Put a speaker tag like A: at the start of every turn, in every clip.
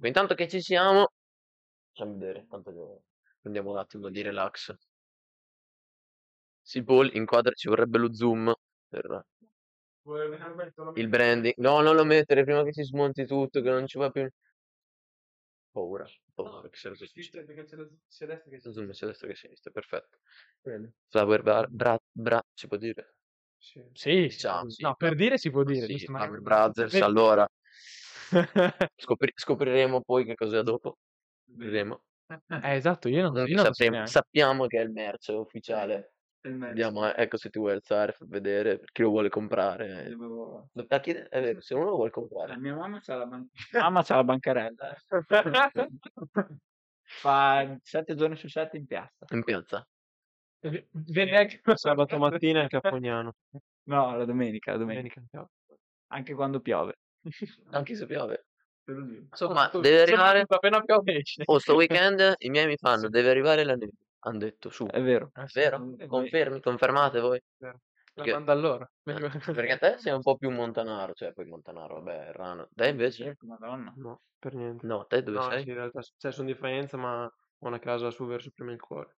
A: Ma intanto che ci siamo, facciamo vedere, Mm. tanto che prendiamo un attimo di relax. Sì, Paul, inquadra, ci vorrebbe lo zoom per il branding. No, non lo mettere prima che si smonti tutto, che non ci va più. Ah. Paura, paura, che se lo
B: Scritto perché c'è la sia destra che c'è.
A: Zoom sia a destra che a sinistra, perfetto.
B: Bene.
A: Flower bar, bra, bra, si può dire?
B: Sì.
C: Sì,
A: Diciamo, sì.
C: no, per dire si può dire.
A: Sì,
C: giusto?
A: Flower
C: Magari-
A: Brothers,
C: Per-
A: allora. Scopri- scopriremo poi che cos'è dopo. Scopriremo.
C: eh, esatto, io non, io non lo so
A: Sapremo-
C: neanche.
A: sappiamo che è il merce ufficiale.
B: Del mezzo.
A: Vediamo, eh, ecco se ti vuoi alzare, fa vedere per chi lo vuole comprare.
B: Dovevo-
A: A chi- è vero, se uno lo vuole
B: La
A: comprare.
B: mia mamma c'ha la banca.
C: Mamma c'ha la bancarella.
B: Fa 7 giorni su 7 in piazza.
A: In piazza.
C: Vieni anche sabato mattina anche a Pognano.
B: No, la domenica, la domenica.
C: Domenica.
B: Anche quando piove.
A: Anche se piove.
B: Te lo giuro.
A: Insomma, deve arrivare.
C: Appena piove esce.
A: Oh, sto weekend i miei mi fanno, deve arrivare la neve. Hanno detto su. Ah,
B: È vero.
A: Vero?
B: eh,
A: Confermi, confermate voi.
C: La
A: Che-
C: manda allora.
A: Eh, Perché a te sei un po' più montanaro, cioè poi montanaro, vabbè, rano. Te invece?
B: Certo, Madonna.
D: No, per niente.
A: No, te dove
D: No,
A: sei?
D: sì, in realtà, cioè, sono di Faenza, ma ho una casa su verso prima il cuore.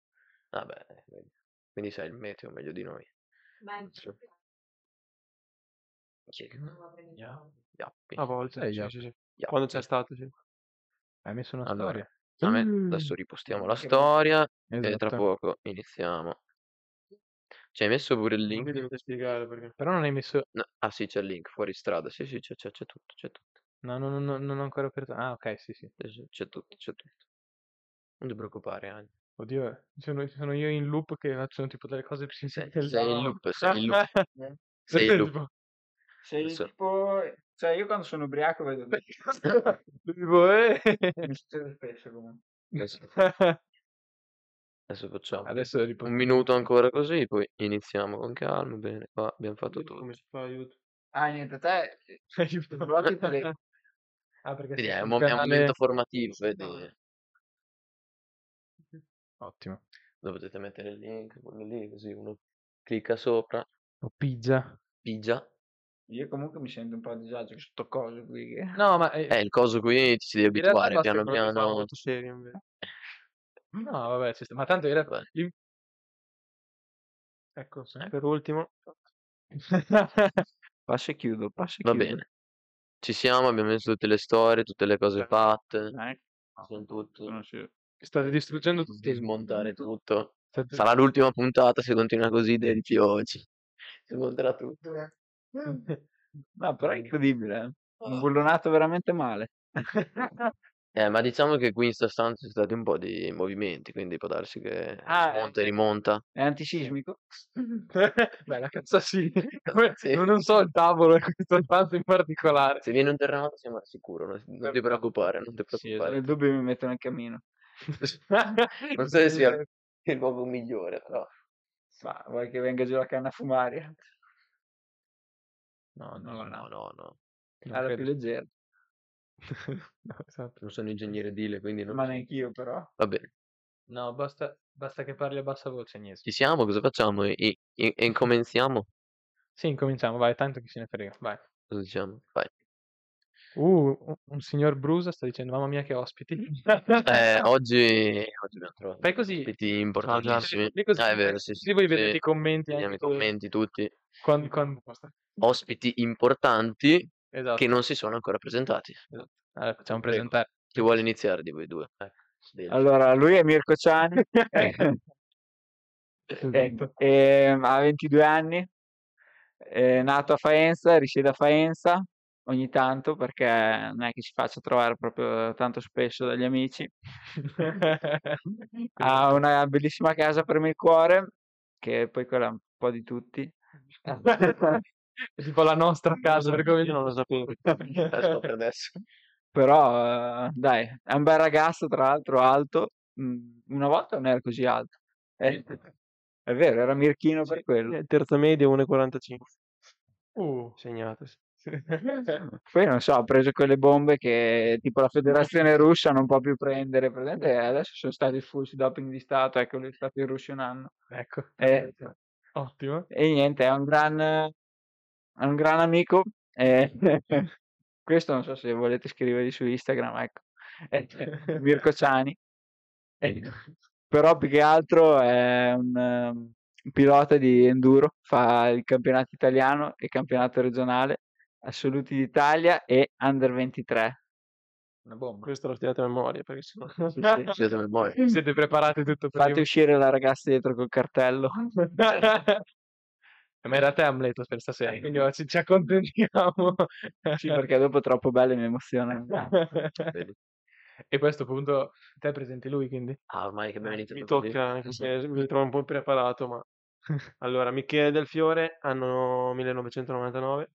A: Vabbè, eh, vedi. quindi sei il meteo meglio di noi. Sì. Chi è che- Iappi.
D: A volte,
C: Sei
D: sì,
C: già-
D: sì, sì.
A: Iappi.
D: Quando c'è stato, sì.
C: Hai messo una
A: Allora,
C: storia.
A: A me-
C: Mm.
A: adesso ripostiamo la storia e
C: Esatto.
A: Ehm, tra poco iniziamo. Ci hai messo pure il
D: Non
A: link?
D: vi dovete spiegare perché.
C: Però non hai messo...
A: No, Ah sì, c'è il link fuori strada. Sì, sì, c'è, c'è- c'è tutto, c'è tutto.
C: No, no, no, no, non ho ancora aperto. Ah, ok, sì, sì.
A: Sì, sì, C'è tutto, c'è tutto. Non ti preoccupare, Ani.
C: Oddio, eh, sono, sono io in loop che faccio tipo delle cose più
A: Sei,
C: del
A: sei in
C: mondo.
A: loop, sei in loop. sei in
C: Tipo,
A: loop.
B: Sei
A: Adesso-
B: tipo... Cioè, io quando sono ubriaco vedo...
C: tipo, eh.
B: Mi succede spesso comunque.
A: Adesso, adesso facciamo
C: Adesso
A: un
C: riposo.
A: minuto ancora così, poi iniziamo con calma. Bene, qua abbiamo fatto
D: Aiuto,
A: tutto.
D: Come si fa aiuto?
B: Ah, niente, te... Sbloccati il telefono.
C: Ah, perché
A: Quindi
C: sei
A: è un,
C: sul
A: mom- è un
C: canale-
A: momento formativo, vedi? Eh,
C: Ottimo.
A: Dove potete mettere il link, quello lì, così uno clicca sopra,
C: O pizza.
A: pigia.
B: Io comunque mi sento un po' a disagio con sto coso qui. che-
C: No, ma... eh,
A: Eh, il coso qui ti si deve
C: in realtà
A: abituare
C: basta
A: piano
C: quello che fa
A: piano.
C: molto serio, invece. No, vabbè, ci sta. ma tanto in realtà...
A: Vabbè.
C: il-
D: Ecco,
A: Eh?
D: per ultimo,
B: Passo e chiudo, passo e
A: Va
B: chiudo.
A: bene. Ci siamo, abbiamo messo tutte le storie, tutte le cose fatte.
B: Eh,
A: Sono tutto.
B: sono sicuro.
C: State distruggendo tutti.
A: Tutti smontare tutto.
C: State-
A: Sarà l'ultima puntata se continua così denti oggi. Si smonterà tutto.
C: Mm.
B: No, però è incredibile, eh. Un
C: Oh.
A: Ah.
B: bullonato veramente male.
A: Eh, ma diciamo che qui in sta stanza ci sono stati un po' di movimenti, quindi può darsi che
B: Ah,
A: smonta
B: eh.
A: e rimonta.
B: È antisismico?
C: Beh, la cazzo sì. Come-
A: Sì.
C: Non, non so il tavolo e questo stanza in particolare.
A: Se viene un terremoto siamo al sicuro, non, non ti preoccupare, non ti
B: Certo. Sì, esatto. nel
A: preoccupare.
B: dubbio mi metto nel cammino.
A: Non so se
C: Eh.
A: sia il luogo migliore, però.
B: Ma vuoi che venga giù la canna fumaria?
C: No,
B: no, no.
A: No, no, no.
C: non
B: Alla più
C: credo.
B: leggera.
C: No, esatto.
A: Non sono ingegnere edile, quindi non...
B: Ma neanch'io però.
A: Va bene.
C: No, basta, basta che parli a bassa voce, Agnes.
A: Ci siamo? Cosa facciamo? E, e- e- e comenziamo?
C: Sì, incominciamo, vai, tanto chi se ne frega, vai.
A: Cosa diciamo? Vai.
C: Uh, un- un signor Brusa sta dicendo, mamma mia che ospiti.
A: Eh, oggi... oggi abbiamo trovato
C: Fai così.
A: ospiti importantissimi.
C: Fai così,
A: Ah, è vero, sì, sì.
C: così voi
A: sì.
C: vedete i commenti
A: Vediamo
C: anche
A: i commenti tutti.
C: Quando, quando-
A: Ospiti importanti
C: Esatto.
A: che non si sono ancora presentati.
C: Allora, facciamo
A: Prego.
C: presentare.
A: Chi vuole iniziare di voi due? Ecco. Bene.
B: Allora, lui è Mirko Ciani,
D: Ecco.
B: eh,
C: Esatto.
B: eh, ha 22 anni, è nato a Faenza, risiede a Faenza ogni tanto perché non è che si faccia trovare proprio tanto spesso dagli amici.
C: Ah.
B: ha una bellissima casa per me il cuore, che poi quella un po' di tutti.
C: È tipo la nostra casa, per come
D: io non lo sapevo.
A: Adesso Eh, per adesso.
B: Però eh, dai, è un bel ragazzo, tra l'altro alto. Mm, Una volta non era così alto. Eh, È vero, era Mirchino per quello.
D: Eh, Terza media 1,45.
C: Uh.
D: Segnate. sì.
B: Poi non so, ha preso quelle bombe che tipo la federazione russa non può più prendere. presente? Adesso sono stati espulsi doping di Stato, ecco, gli stati russi un anno.
C: Ecco,
B: Eh,
C: ottimo.
B: E niente, è un gran, è un gran amico. e questo non so se volete scrivergli su Instagram, ecco.
D: Eh,
B: Mirko Ciani. Però più che altro è un ehm, pilota di enduro, fa il campionato italiano e il campionato regionale, assoluti d'Italia e under 23.
C: Una bomba.
D: Questo lo stirate a memoria perché sennò
B: Sì, sì.
A: Siete me boy.
D: siete preparati tutto per
B: Fate uscire la ragazza dietro col cartello.
D: Ma in realtà è Amleto per stasera,
C: Eh.
D: quindi ci, ci accontentiamo.
B: Sì, perché dopo troppo belle mi emoziona.
A: Vedi?
D: e poi a questo punto te presenti lui, quindi
A: Ah, ormai che abbiamo iniziato
D: Eh, mi
A: così.
D: tocca, anche se mi trovo un po' impreparato, ma... Allora, Michele Del Fiore, anno 1999.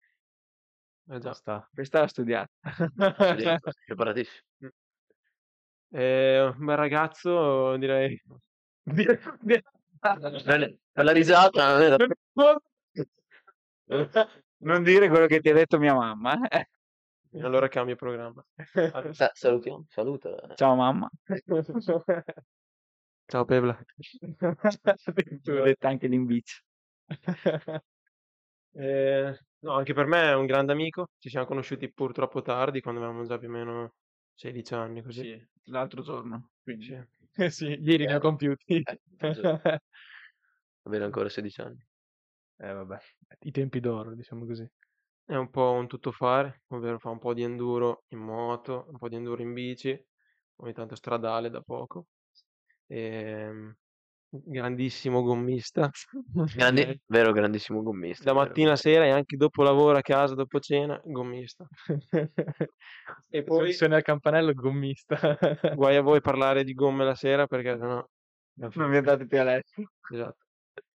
D: Eh già.
C: Basta.
B: Questa l'ho studiata.
A: Sì, Preparatissimo.
D: È Eh, un bel ragazzo, direi... direi- direi-
A: Non è- per la risata non è da-
B: Non dire quello che ti ha detto mia mamma. eh.
D: Allora cambio programma.
A: Sa- salutiamo, saluta.
B: Ciao mamma.
D: Ciao Pebla.
B: Ho detto anche l'invito.
D: Eh, no, anche per me è un grande amico. Ci siamo conosciuti purtroppo tardi, quando avevamo già più o meno 16 anni, così.
B: L'altro giorno.
D: Sì.
C: sì, ieri ne ho compiuti.
A: Eh, Avere ancora 16 anni.
C: Eh, vabbè. I tempi d'oro, diciamo così.
D: È un po' un tuttofare, ovvero fa un po' di enduro in moto, un po' di enduro in bici, ogni tanto stradale da poco. Ehm, grandissimo gommista.
A: Grandi-
D: direi.
A: vero, grandissimo gommista.
D: Da
A: vero.
D: mattina a sera e anche dopo lavoro a casa, dopo cena, gommista. E poi
C: Suona il campanello gommista.
D: guai a voi parlare di gomme la sera perché sennò
B: Non mi andate più a letto.
D: Esatto.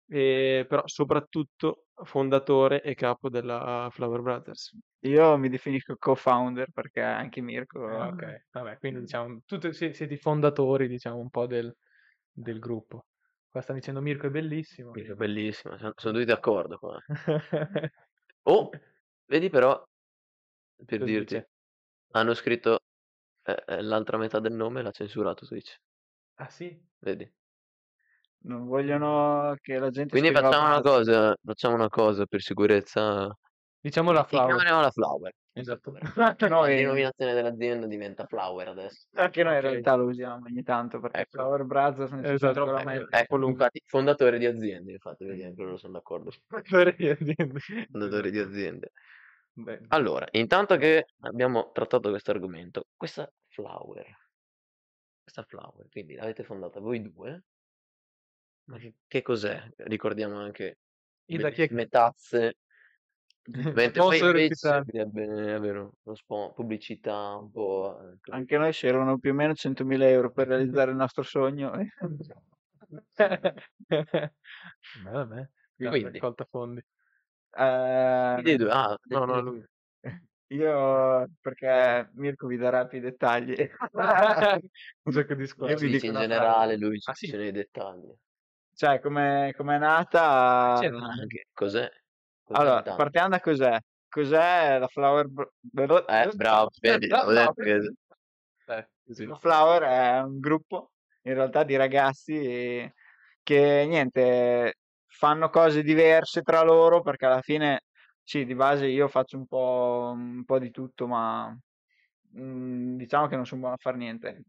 D: E, però soprattutto fondatore e capo della Flower Brothers.
B: Io mi definisco co-founder perché anche Mirko...
C: Ah, ok, vabbè, quindi diciamo, tutti si- siete i fondatori, diciamo, un po' del, del gruppo. Qua stanno dicendo Mirko è bellissimo.
A: Minchia, Bellissimo, sono, sono tutti d'accordo qua. eh. Oh,
C: Eh.
A: vedi però, per
D: Cosa
A: dirti,
D: dice?
A: hanno scritto eh, eh, l'altra metà del nome e l'ha censurato Twitch.
C: ah sì?
A: Vedi?
B: Non vogliono che la gente...
A: Quindi
B: scriva
A: facciamo una
B: basta.
A: cosa, facciamo una cosa per sicurezza.
C: Diciamo la
A: Ti
C: flower.
A: chiameremo la Flower.
C: Esatto. Eh,
A: La
B: eh.
A: denominazione dell'azienda diventa Flower adesso.
B: Anche noi in
C: Ok.
B: realtà lo usiamo ogni tanto perché
A: Ecco.
B: Flower Brothers non si
C: Esatto,
B: trova
C: ecco.
B: mai.
A: Ecco, lui, infatti, fondatore di aziende, infatti, vedi, anche loro sono d'accordo. Fondatore di aziende.
C: Beh,
D: Ah.
A: Allora, intanto che abbiamo trattato questo argomento, questa flower, questa flower, quindi l'avete fondata voi due, ma che, che cos'è? Ricordiamo anche
D: E da chi è che-
A: metazze, mentre poi
D: Sponsor
A: invece
D: ufficiale.
A: bisognerebbe avere uno spon- pubblicità un po'... eh,
B: Anche noi c'erano più o meno 100.000 euro per realizzare il nostro sogno. e-
C: Beh, vabbè.
A: Quindi.
C: raccolta fondi.
B: Eh,
A: Chi dei due? Ah,
D: No, no,
A: detto-
D: lui.
B: Io perché Mirko vi darà più dettagli.
D: Un gioco di squadra.
B: io vi
A: si
B: dico
A: dice in
B: una
A: generale, lui ci
D: Ah, sì?
A: dice nei dettagli.
B: Cioè, come come è nata?
D: C'era
A: Anche cos'è? Cos'è
B: Ah, Allora,
A: intanto?
B: partiamo da cos'è? Cos'è la Flower Bro- Bro-
A: Eh, bravo, vedi,
B: Bro-
A: ho detto che-
D: Eh, così.
B: La Flower è un gruppo in realtà di ragazzi che niente fanno cose diverse tra loro perché alla fine sì, di base io faccio un po', un po' di tutto, ma mm, diciamo che non sono buono a fare niente.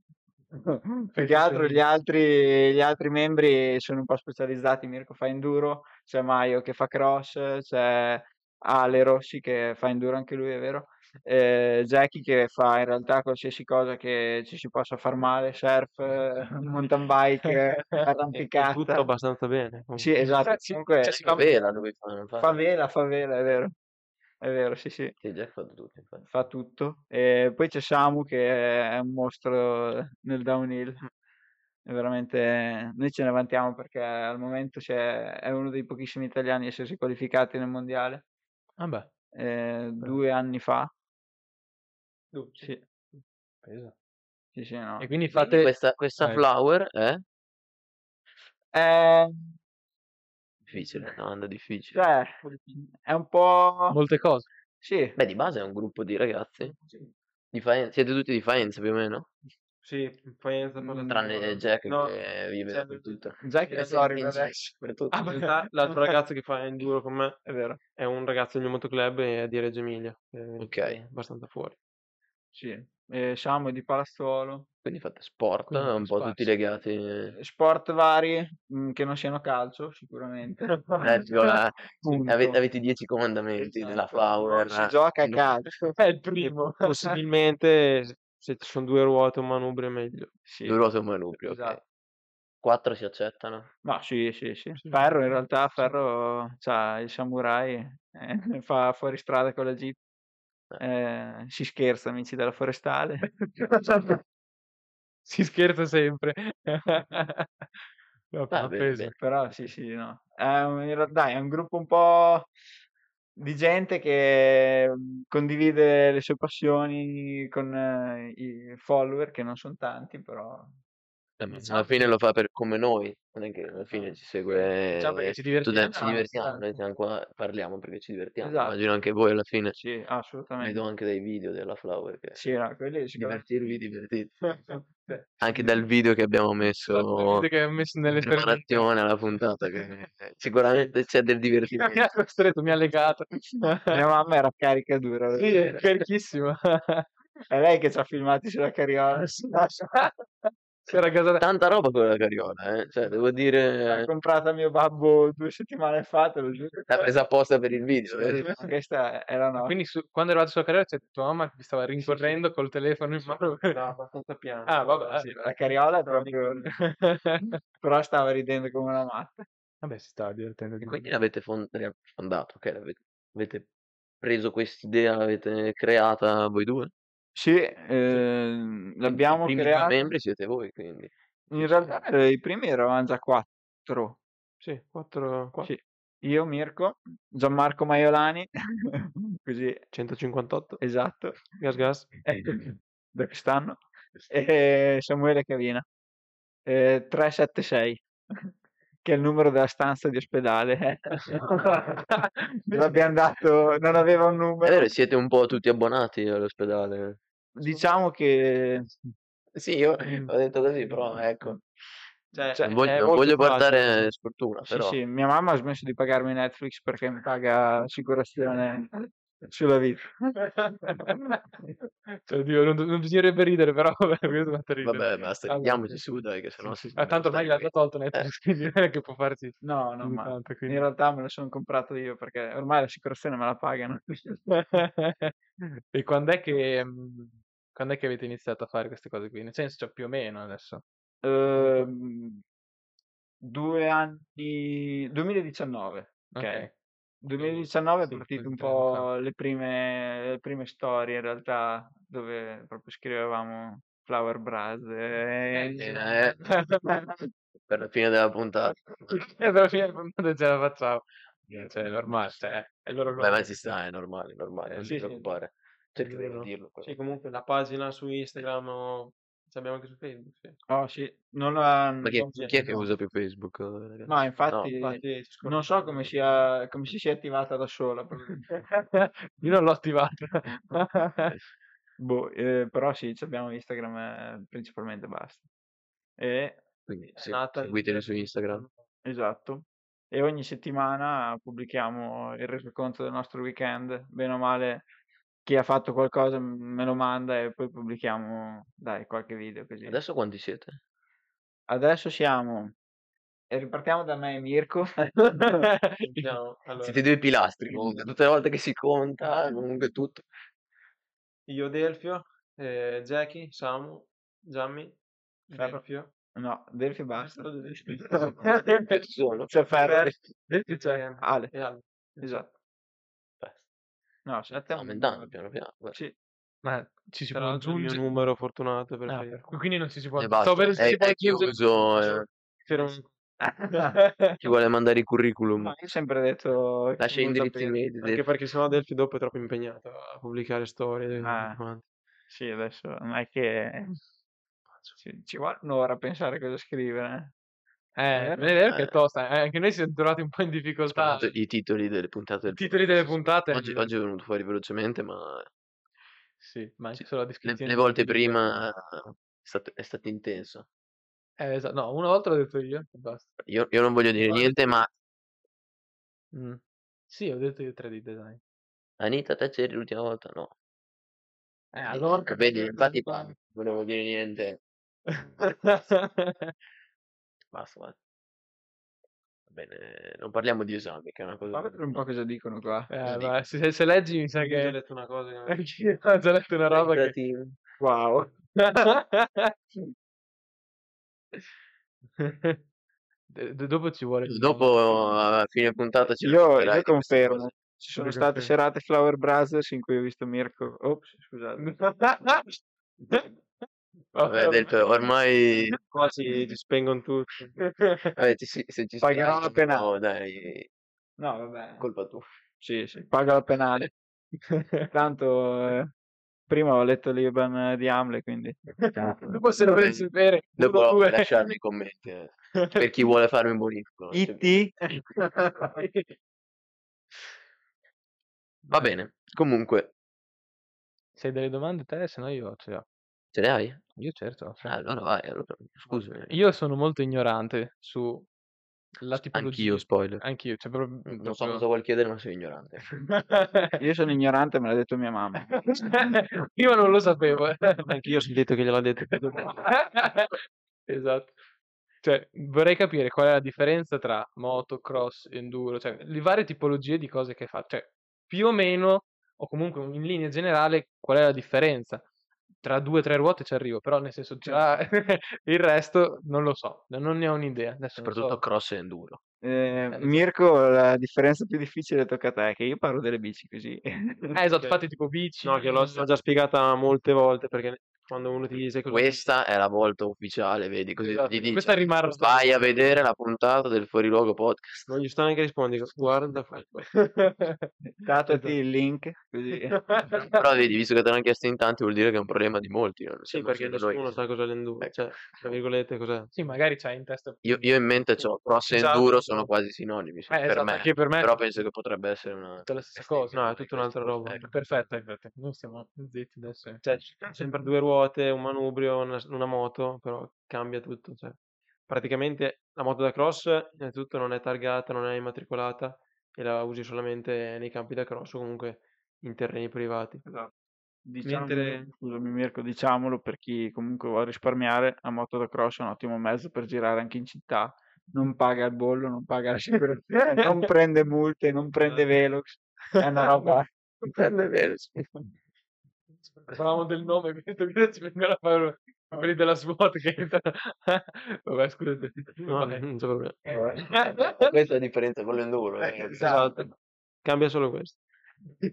B: Più che altro gli altri, gli altri membri sono un po' specializzati, Mirko fa enduro, c'è Maio che fa cross, c'è Ale Rossi che fa enduro anche lui, è vero? Eh, Jackie che fa in realtà qualsiasi cosa che ci si possa far male, surf, eh, mountain bike,
D: E-
B: eh,
D: e tutto
B: arrampicata.
D: abbastanza bene. comunque.
B: Sì, esatto,
C: Cioè, ci-
B: comunque
C: cioè, si
A: Fa vela lui fa, non fa-
B: fa vela, fa vela, è vero. È vero, sì, sì
A: Sì, Jack fa tutto, infatti.
B: fa tutto. E poi c'è Samu che è un mostro nel downhill. È veramente noi ce ne vantiamo perché al momento c'è- è uno dei pochissimi italiani a essersi qualificati nel mondiale
C: Vabbè.
B: eh, due anni fa. Sì,
C: Pesa.
B: sì, sì, no.
C: E
A: Quindi
C: quindi fate...
A: questa, questa
C: eh.
A: flower è
B: Eh,
A: difficile, una domanda difficile.
B: cioè, è un po'...
C: Molte cose.
B: Sì,
A: Beh, di base è un gruppo di ragazzi. Di Faenza- siete tutti di Faenza più o meno?
D: Sì, Faenza
B: Mm,
D: parla di
A: Tranne
D: loro.
A: Jack
D: No,
A: che vive
D: c'è-
A: dappertutto.
B: Jack è
A: Vive
B: Florida
A: sempre in
B: adesso,
A: giro, dappertutto.
D: in realtà l'altro ragazzo che fa enduro con me
B: è vero.
D: è un ragazzo del mio motoclub e è di Reggio Emilia. eh,
A: Ok.
D: quindi Abbastanza fuori.
B: Sì. eh, Samu è di Palazzolo,
A: Quindi fate sport,
C: Quindi
A: un po' tutti eh.
C: spazio.
A: legati.
B: sport vari mh, che non siano calcio sicuramente.
A: Eh, tipo la-
B: Punto.
A: avete, avete dieci comandamenti nella
B: Esatto.
A: flower.
B: Non si gioca a
A: no.
B: calcio.
C: È il primo.
D: Possibilmente se ci sono due ruote o manubrio è meglio.
B: Sì.
A: Due ruote e un manubrio, ok.
B: Esatto.
A: Quattro si accettano.
B: No, sì, sì, sì.
C: Sì.
B: Ferro in realtà, Ferro, c'ha il samurai, eh, fa fuori strada con la jeep. Eh, si scherza, amici della forestale.
C: si scherza sempre. No,
A: Va
C: ha
A: bene,
C: preso.
A: bene.
B: Però sì, sì, no. È un, in realtà dai, è un gruppo un po' di gente che mm, condivide le sue passioni con eh, i follower, che non sono tanti, però...
A: Eh, ma
B: Diciamo
A: alla fine lo fa per come noi, non è che alla fine ci segue.
C: Diciamo perché ci
A: eh, tu dai-
C: divertiamo,
A: ci divertiamo,
C: esatto.
A: noi siamo qua, parliamo perché ci divertiamo.
B: Esatto.
A: Immagino anche voi alla fine.
B: Sì, assolutamente.
A: Vedo anche dai video della Flower che
B: Sì, no, quelli sicuramente-
A: divertirvi, divertite.
C: Sì.
D: Eh,
A: Anche dal video che abbiamo messo
C: Sapete che ho messo
A: in
C: nelle storie
A: preparazione alla puntata, che eh, sicuramente c'è del
C: mi
A: divertimento.
C: ha costretto, mi ha legato. Sì,
B: Mia mamma era carica dura. devo
C: è
B: dire.
C: carichissimo.
B: È lei che ci ha filmati sulla carriola.
C: Si era gasata.
A: Tanta roba quella carriola, eh, cioè, devo
B: L'ha
A: dire,
B: comprata mio babbo due settimane fa, te lo giuro.
A: l'ha presa apposta per il video. eh.
B: Questa è la nostra.
C: Quindi su- quando eravate sulla carriera c'è tua mamma che vi stava rincorrendo col telefono in mano.
D: eh, No, abbastanza piano.
C: Ah, vabbè.
B: Sì, la carriola è proprio... Però stava ridendo come una matta.
C: Vabbè, si stava divertendo. di
A: E quindi
C: più.
A: l'avete fon- l'avete fondato, ok? L'avete, avete preso quest'idea, l'avete creata voi due?
B: Sì, ehm,
A: Quindi
B: l'abbiamo
A: I primi due
B: creata.
A: membri siete voi, quindi.
B: In realtà eh, i primi eravamo già quattro.
D: Sì, quattro- qua-
B: Sì. Io, Mirko, Gianmarco Maiolani, così
D: 158.
B: esatto,
D: Gas gas.
B: Eh, da quest'anno,
A: Eh,
B: e Samuele Cavina, eh, 376, che è il numero della stanza di ospedale. Non abbiamo dato, non aveva un
A: È
B: numero.
A: Eh, vero, siete un po' tutti abbonati all'ospedale.
B: Diciamo che
A: Sì, io ho detto così, però ecco.
B: cioè,
A: non voglio,
B: è
A: non
B: molto
A: voglio
B: facile.
A: portare sfortuna,
B: Sì,
A: però.
B: sì, mia mamma ha smesso di pagarmi Netflix perché mi paga assicurazione sulla vita.
C: Cioè, oddio, non, non bisognerebbe ridere, però vabbè, questo mi ha fatto ridere.
A: Vabbè, basta,
C: Allora,
A: andiamoci su, dai, che sennò
C: sì,
A: si...
C: sì. Ah, tanto ormai l'ha già tolto Netflix, quindi non è che può farci
B: No, no,
C: più di
B: ma
C: tanto,
B: in
C: quindi.
B: realtà me lo sono comprato io perché ormai l'assicurazione me la pagano.
A: Eh,
C: e quando è che mm, quando è che avete iniziato a fare queste cose qui? Nel senso, cioè, più o meno adesso.
B: Ehm, due anni 2019 ok,
C: Ok.
B: 2019 è
C: Sì,
B: partito
C: quel
B: un
C: treno fa.
B: po' le prime, le prime storie in realtà dove proprio scrivevamo Flower Bras e-
A: eh, Per la fine della puntata.
C: E alla fine quando ce la facciamo. Cioè, è normale, cioè, è il loro
A: Beh, ma
C: ruolo.
A: ci sta, è normale, è normale, non
B: sì,
A: ti
B: sì.
A: preoccupare. Cerca di
D: Giuro.
A: non dirlo. però.
D: Sì, comunque la pagina su Instagram o... ci abbiamo anche su Facebook. sì.
B: oh sì non la
A: Ma chi,
B: non-
A: chi è che usa più Facebook? eh, ragazzi?
B: no infatti
D: Infatti, ci scordiamo.
B: non so come sia come si sia attivata da sola proprio.
C: Io non l'ho attivato.
B: Boh, eh, però sì ci abbiamo Instagram eh, principalmente basta e
A: Quindi
D: È
A: se-
D: nata-
A: seguiteli su Instagram.
B: Esatto. E ogni settimana pubblichiamo il resoconto del nostro weekend. Bene o male, chi ha fatto qualcosa m- me lo manda e poi pubblichiamo, dai, qualche video così.
A: Adesso quanti siete?
B: Adesso siamo... E ripartiamo da me e Mirko.
D: Andiamo, allora,
A: Siete due pilastri comunque, tutte le volte che si conta, comunque tutto.
D: io Delfio, eh, Jackie, Samu, Gianni,
B: Ferro.
D: Delfio.
B: No, Delfi basta.
A: Ci sono.
B: C'è Ferro.
D: Cioè,
B: Ale.
D: e Ale.
B: Esatto.
A: Beh,
B: No, sette.
A: sta aumentando piano piano. guarda.
B: Sì.
C: Ma ci si può
D: Tra l'altro il mio
C: aggiungere.
D: numero cioè. fortunato perché
C: Ah, per- quindi non ci si può
A: E basta. Eh,
C: Stavo per-
A: È,
C: si può
A: è
C: aggiungere-
A: chiuso. eh,
D: c'era un-
A: Chi vuole mandare il curriculum?
B: No, io ho sempre detto... che
A: Lascia gli
B: non lo
A: indirizzi
B: sapevo.
A: mail.
D: Anche perché sennò Delfi dopo è troppo impegnato a pubblicare storie.
B: Ah.
D: tutto quanto.
B: Sì, adesso non è che... Ci, ci vuole un'ora a pensare cosa scrivere.
C: Eh, non è vero che è
A: Eh.
C: tosta. eh, anche noi siamo trovati un po' in difficoltà.
A: Tanto I titoli delle puntate.
C: I
A: del
C: titoli delle
A: podcast.
C: puntate.
A: Oggi, oggi è venuto fuori velocemente, ma
C: Sì, ma anche solo la
A: le,
C: descrizione.
A: le
C: del
A: volte
C: video.
A: prima eh, è stato, è stato intenso.
C: Eh, esatto. No, una volta l'ho detto io. e Basta.
A: Io, io non voglio dire niente, ma
C: Mm. Sì, ho detto io 3D design. Eh,
A: Anita, te c'eri l'ultima volta? No.
C: Eh, allora...
A: Vedi, infatti non volevo dire niente. Basta, va. Va bene, non parliamo di esami, che è una
B: Fa
A: cosa...
B: vedere un po' cosa dicono qua.
C: Eh, vai, se, se leggi mi sa
D: Io ho
C: che...
D: detto una cosa che-
C: Anch'io ho già letto una roba che...
A: Creativa.
B: Wow.
C: D- d- dopo ci vuole...
A: Dopo, a fine puntata, ci
B: Io,
A: racconterai
B: io
A: di queste
B: confermo.
A: cose.
B: Ci sono
C: Io
B: state
C: confermo.
B: serate Flower Brothers in cui ho visto Mirko. Ops, scusate.
A: Vabbè, detto, ormai
D: Qua si, si spengono tutti.
A: vabbè, ci- si- se ci
B: Pagherò
A: stai,
B: la pena.
A: No, dai,
B: No, vabbè.
A: colpa tua.
B: Sì, sì, paga la penale. Tanto eh, prima ho letto l'Iban di Hamlet, quindi
C: Dopo se lo volete sapere, uno,
A: Dopo
C: due.
A: lasciarmi i commenti eh, per chi vuole farmi un bonifico. non c'è bisogno.
B: IT
A: Va bene, comunque,
C: Se hai delle domande te, se no io ce le ho.
A: ce le hai?
C: Io certo.
A: Ah, Allora vai, allora, scusami.
C: Io sono molto ignorante su la tipologia.
A: Anch'io, spoiler.
C: Anch'io, cioè proprio...
A: Non so cosa
C: proprio-
A: vuol chiedere, ma sono ignorante.
B: Io sono ignorante, me l'ha detto mia mamma.
C: Io non lo sapevo. eh.
D: Anche io ho sentito che gliel'ha detto.
C: esatto. Cioè, vorrei capire qual è la differenza tra moto, cross, enduro, cioè le varie tipologie di cose che fa. Cioè, più o meno, o comunque in linea generale, qual è la differenza? Tra due o tre ruote ci arrivo, però nel senso tra il resto non lo so, non ne ho un'idea. Adesso non
A: Soprattutto
C: so.
A: cross e enduro.
B: Eh, Mirko, la differenza più difficile tocca a te, che io parlo delle bici così.
C: Eh, esatto, fate tipo bici.
D: No, che l'ho l'ho già spiegata molte volte perché quando uno ti dice cosa
A: Questa è la volta ufficiale, vedi? Così
C: Esatto,
A: ti dice,
C: questa rimarrà
A: vai a vedere la puntata del Fuoriluogo Podcast.
D: non gli sta neanche rispondi, dico, guarda, fa-
B: Datati il link, così.
A: Però vedi, visto che te l'hanno chiesto in tanti, vuol dire che è un problema di molti. no? Non
D: sì,
A: siamo
D: perché
A: solo noi.
D: nessuno sa cos'è l'enduro,
A: Ecco.
D: cioè, tra virgolette, cos'è?
C: Sì, magari c'hai in testa.
A: Io, io in mente ho cross e
D: Esatto.
A: enduro sono quasi sinonimi sì,
C: Eh,
A: per
C: esatto,
A: me.
C: anche per me.
A: Però penso che potrebbe essere una...
C: tutta la stessa cosa.
D: Eh No, è tutta un'altra roba.
A: Ecco.
C: Perfetto, infatti. Noi siamo zitti adesso. eh.
D: Cioè, c- sempre due ruote, un manubrio, una, una moto, però cambia tutto. cioè. Praticamente la moto da cross, innanzitutto, non è targata, non è immatricolata e la usi solamente nei campi da cross o comunque in terreni privati.
B: Esatto. Diciamolo,
D: Mentre-
B: Scusami Mirko, diciamolo per chi comunque vuole risparmiare, la moto da cross è un ottimo mezzo per girare anche in città. Non paga il bollo, non paga Esatto. l'assicurazione, Eh, non prende multe, non prende velox. È una roba...
C: Parlavamo del nome, mi detto che ci vengono a fare quelli della SWAT che entrano. Vabbè, scusate. eh.
D: No,
C: Vai.
D: non c'è problema.
A: Questa è la differenza con l'enduro. eh.
D: Esatto. Cambia solo questo.